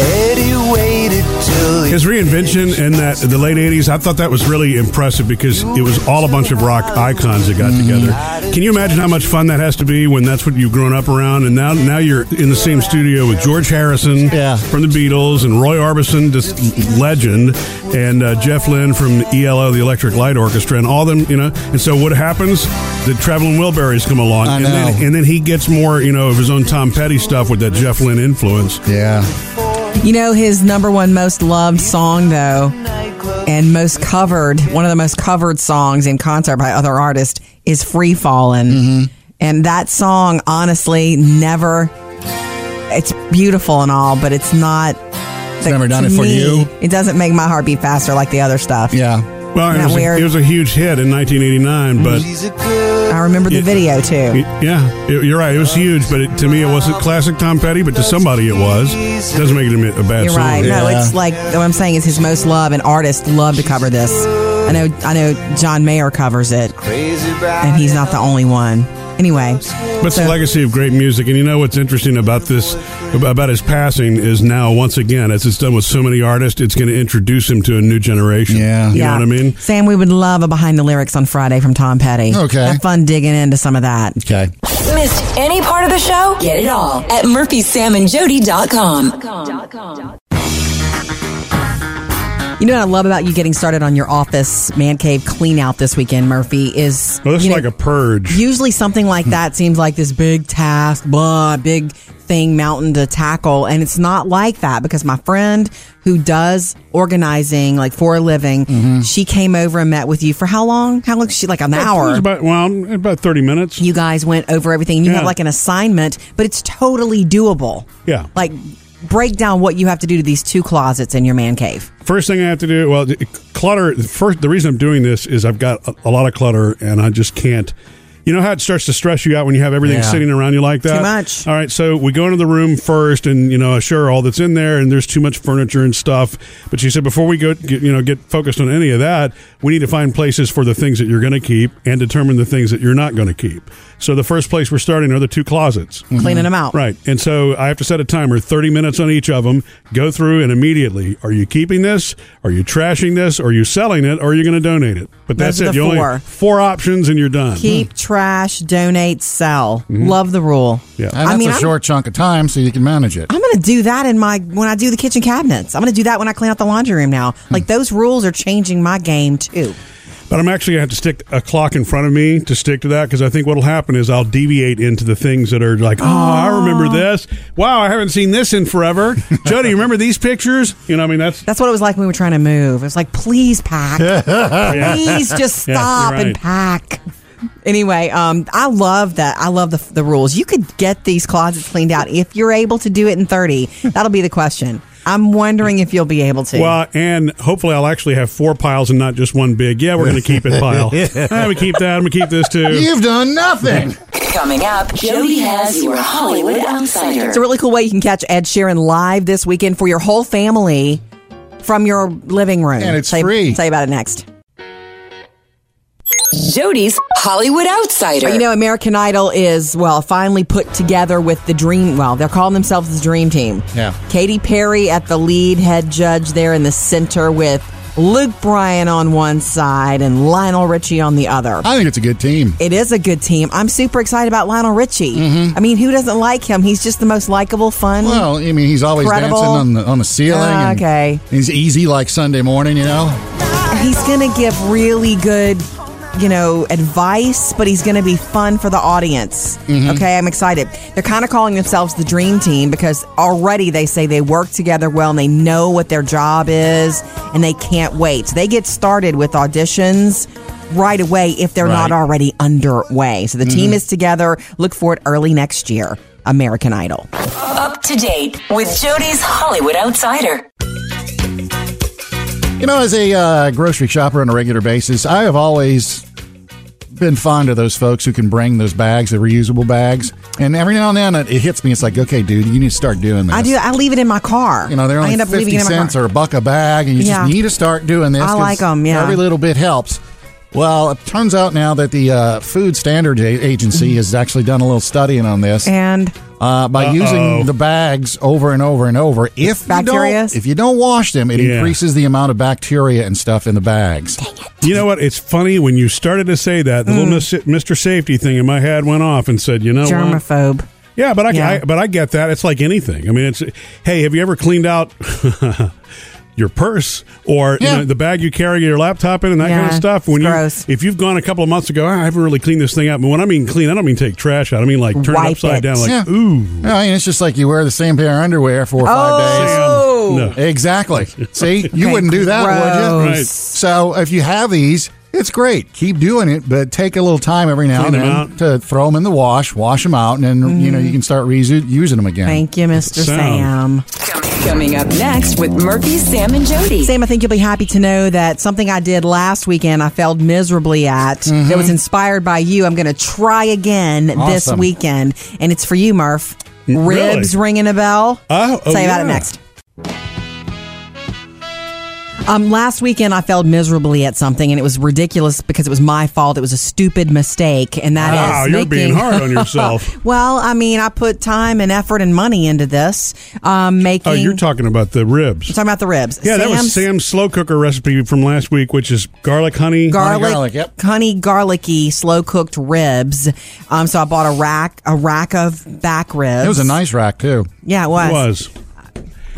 S5: Eddie waited till he
S2: His reinvention in that the late '80s, I thought that was really impressive because it was all a bunch of rock icons that got
S3: Mm.
S2: together. Can you imagine how much fun that has to be when that's what you've grown up around, and now now you're in the same studio with George Harrison from the Beatles and Roy Orbison, this legend, and uh, Jeff Lynne from ELO, the Electric Light Orchestra, and all them, you know. And so what happens? The traveling Wilburys come along,
S4: I
S2: and
S4: know.
S2: then and then he gets more, you know, of his own Tom Petty stuff with that Jeff Lynne influence.
S4: Yeah.
S3: You know, his number one most loved song, though, and most covered, one of the most covered songs in concert by other artists is Free Fallin'.
S4: Mm-hmm.
S3: And that song, honestly, never, it's beautiful and all, but it's not. It's
S4: never done it for you?
S3: It doesn't make my heart beat faster like the other stuff.
S4: Yeah.
S2: Well,
S3: Isn't
S2: it
S3: that
S2: was, a,
S3: weird?
S2: it was a huge hit in 1989, but
S3: I remember the
S2: Yeah.
S3: video, too.
S2: Y- Yeah, y- you're right. It was huge, but it, to me, it wasn't classic Tom Petty, but to somebody, it was. Doesn't make it a, mi- a bad
S3: You're
S2: song.
S3: right. No, it's like what I'm saying is his most love and artists love to cover this. I know. I know. John Mayer covers it,
S5: crazy back.
S3: and he's not the only one. Anyway,
S2: But it's the legacy of great music, and you know what's interesting about this, about his passing, is now once again, as it's done with so many artists, it's going to introduce him to a new generation. Yeah, you know what I mean.
S3: Sam, we would love a behind the lyrics on Friday from Tom Petty.
S2: Okay.
S3: have fun digging into some of that.
S4: Okay,
S6: Missed any part of the show? Get it all at murphysamandjody.com.
S3: You know what I love about you getting started on your office man cave clean out this weekend, Murphy, is
S2: Well, this
S3: you
S2: is
S3: know,
S2: like a Hmm. purge.
S3: Usually, something like that seems like this big task, blah, big thing, mountain to tackle. And it's not like that because my friend who does organizing, like for a living, she came over and met with you for how long? How long? She like an
S2: Mm-hmm. It
S3: hour.
S2: was about well, about thirty minutes.
S3: You guys went over everything. You have like an assignment, but it's totally doable.
S2: Yeah.
S3: Like, break down what you have to do to these two closets in your man cave.
S2: First thing I have to do, well, the- clutter. the First, the reason I'm doing this is I've got a, a lot of clutter, and I just can't. You know how it starts to stress you out when you have everything
S14: Yeah.
S2: sitting around you like that.
S14: Too
S2: much. All right, so we go into the room first, and you know, sure, all that's in there, and there's too much furniture and stuff. But she said before we go, get, you know, get focused on any of that, we need to find places for the things that you're going to keep, and determine the things that you're not going to keep. So the first place we're starting are the two closets,
S3: Cleaning 'em out.
S2: Mm-hmm. Right, and so I have to set a timer, thirty minutes on each of them. Go through and immediately: are you keeping this? Are you trashing this? Are you selling it? Or are you going to donate it? But that's
S3: Those are
S2: it.
S3: the
S2: You only
S3: four.
S2: four options, and you're done. Hmm.
S3: Keep, trash, donate, sell. Love the rule.
S2: Mm-hmm. Yeah,
S4: and that's a
S3: I'm-
S4: short chunk of time, so you can manage it.
S3: I'm going to do that in my when I do the kitchen cabinets. I'm going to do that when I clean out the laundry room now.
S2: Hmm.
S3: Like those rules are changing my game too.
S2: But I'm actually going to have to stick a clock in front of me to stick to that because I think what'll happen is I'll deviate into the things that are like, oh, I remember this. Wow, I haven't seen this in forever. Jody, you remember these pictures? You know, I mean, that's
S3: That's what it was like when we were trying to move. It was like, please pack.
S2: Yeah.
S3: Please just
S2: Yeah, you're
S3: stop and
S2: right.
S3: pack. Anyway, um, I love that. I love the, the rules. You could get these closets cleaned out if you're able to do it in 30. That'll be the question. I'm wondering if you'll be able to.
S2: Well, and hopefully I'll actually have four piles and not just one big. Yeah, we're going to keep it pile. I'm going to keep that. I'm going to keep this too.
S4: You've done nothing.
S6: Coming up, Jody has your Hollywood Outsider.
S3: It's a really cool way you can catch Ed Sheeran live this weekend for your whole family from your living room.
S6: And it's
S3: Tell you-
S6: free.
S3: Tell you about it next.
S6: Jody's Hollywood Outsider.
S3: You know, American Idol is, well, finally put together with the dream. Well, they're calling themselves the dream team.
S4: Yeah.
S3: Katy Perry at the lead head judge there in the center with Luke Bryan on one side and Lionel Richie on the other.
S4: I think it's a good team.
S3: It is a good team. I'm super excited about Lionel Richie. I mean, who doesn't like him? He's just the most likable, fun.
S4: Mm-hmm. Well, I mean, he's always
S3: Incredible.
S4: dancing on the on the ceiling.
S3: Ah,
S4: and
S3: okay.
S4: he's easy like Sunday morning, you know.
S3: He's going to give really good, you know, advice, but he's going to be fun for the audience.
S4: Mhm.
S3: Okay, I'm excited. They're kind of calling themselves the dream team because already they say they work together well and they know what their job is and they can't wait. So they get started with auditions right away if they're not
S6: Right.
S3: already underway. So the
S4: Mm-hmm.
S3: team is together. Look for it early next year. American Idol.
S6: Up to date with Jody's Hollywood Outsider.
S4: You know, as a uh, grocery shopper on a regular basis, I have always been fond of those folks who can bring those bags, the reusable bags. And every now and then it, it hits me. It's like, okay, dude, you need to start doing this.
S3: I do. I leave it in my car.
S4: You know, they're
S3: I
S4: only
S3: end up leaving
S4: 50
S3: it in my car.
S4: cents or a buck a bag, and you
S3: Yeah.
S4: just need to start doing this.
S3: I
S4: 'cause
S3: like 'em, yeah.
S4: Every little bit helps. Well, it turns out now that the uh, Food Standard A-
S3: Mm-hmm.
S4: Agency has actually done a little studying on this.
S3: And
S4: uh, by
S2: Uh-oh.
S4: using the bags over and over and over, if you
S2: Bacteria?
S4: don't, if you don't wash them, it
S2: Yeah.
S4: increases the amount of bacteria and stuff in the bags.
S2: You know what? It's funny when you started to say that the little Miss- Mr. Safety thing in my head went off and said, "You know, what?
S3: Germaphobe.
S2: Yeah, but I,
S3: Yeah.
S2: I- but I get that. It's like anything. I mean, it's hey, have you ever cleaned out your purse or you know, the bag you carry your laptop in and that kind of
S14: Yeah,
S2: stuff? When you if you've gone a couple of months ago, "Ah, I haven't really cleaned this thing out. But when I mean clean, I don't mean take trash out. I mean like turn it upside down. Like
S4: Yeah.
S2: ooh,
S4: No, I mean, it's just like you wear the same pair of underwear for five
S2: Oh. Sam,
S4: days. Exactly. See, you
S2: Okay,
S4: wouldn't do that, would you?
S2: gross. Right.
S4: So if you have these, it's great. Keep doing it, but take a little time every now
S2: Clean them
S4: and then to throw them in the wash, wash them out, and then you know you can start reusing using them again.
S3: Mm-hmm. Thank you, Mr. Sam.
S6: Coming up next with Murphy, Sam, and Jody.
S3: Sam, I think you'll be happy to know that something I did last weekend I failed miserably at
S2: Mm-hmm.
S3: that was inspired by you. I'm going to try again this
S2: Awesome.
S3: weekend. And it's for you, Murph.
S2: Mm,
S3: Ribs
S2: really?
S3: ringing a bell.
S2: Oh, oh,
S3: Say about it
S2: yeah.
S3: next. Um, last weekend, I failed miserably at something, and it was ridiculous because it was my fault. It was a stupid mistake, and that is
S2: Wow, you're being
S3: making-
S2: hard on yourself.
S3: well, I mean, I put time and effort and money into this. Um, making
S2: Oh, you're talking about the ribs.
S3: I'm talking about the ribs.
S2: Yeah, that was
S3: Sam's
S2: Sam's slow cooker recipe from last week, which is garlic honey.
S3: garlic, honey garlicky slow cooked ribs. Um, so I bought a rack, a rack of back ribs.
S4: It was a nice rack too.
S3: Yeah, it was.
S2: It was.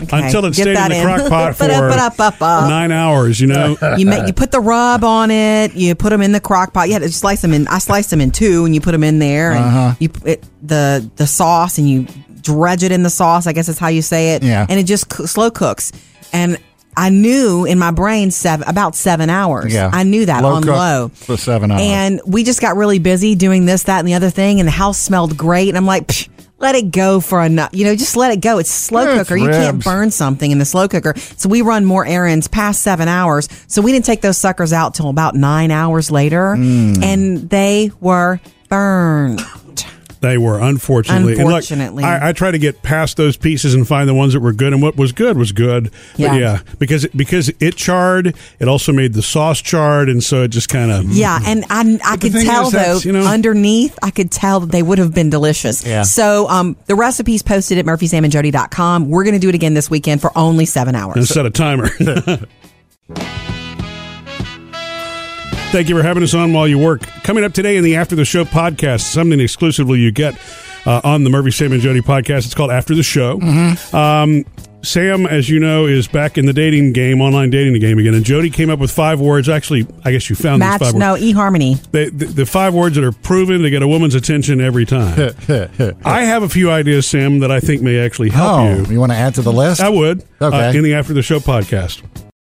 S3: Okay,
S2: Until it
S3: get
S2: stayed in
S3: that
S2: the crock pot for
S3: Put up, put up, up, up.
S2: nine hours, you know?
S3: you, ma- you put the rub on it. You put them in the crock pot. You had to slice them in. I sliced them in two, and you put them in there. And
S4: Uh-huh.
S3: you p- it, the the sauce, and you dredge it in the sauce. I guess is how you say it.
S4: Yeah.
S3: And it just coo- slow cooks. And I knew in my brain seven about seven hours.
S4: Yeah,
S3: I knew that on
S4: cook
S3: low.
S4: for seven
S2: Uh-huh.
S4: hours.
S3: And we just got really busy doing this, that, and the other thing. And the house smelled great. And I'm like, Psh, let it go for a night. You know, just let it go. It's slow
S4: Yeah, it's
S3: cooker. You can't
S4: ribs.
S3: burn something in the slow cooker. So we run more errands past seven hours. So we didn't take those suckers out till about nine hours later.
S2: Mm.
S3: And they were burned.
S2: They were, unfortunately. And look,
S3: Unfortunately.
S2: I, I try to get past those pieces and find the ones that were good, and what was good was good.
S3: Yeah.
S2: But yeah, because because it charred, it also made the sauce charred, and so it just kind of
S3: Yeah, and I,
S2: the
S3: I could
S2: thing
S3: tell
S2: is,
S3: though
S2: that's, you know-
S3: underneath I could tell that they would have been delicious.
S2: Yeah.
S3: So um, the recipes posted at murphysamandjody.com. We're going to do it again this weekend for only seven hours.
S2: and set a timer. Thank you for having us on while you work. Coming up today in the After the Show podcast, something exclusively you get uh, on the Murphy, Sam, and Jody podcast. It's called After the Show.
S4: Mm-hmm.
S2: Um, Sam, as you know, is back in the dating game, online dating game again. And Jody came up with five words. Actually, I guess you found
S3: Match
S2: these five
S3: no
S2: words.
S3: eHarmony.
S2: They, the, the five words that are proven to get a woman's attention every time. I have a few ideas, Sam, that I think may actually help
S4: oh,
S2: you.
S4: you. want to add to the list?
S2: I would.
S4: Okay.
S2: Uh, in the After the Show podcast.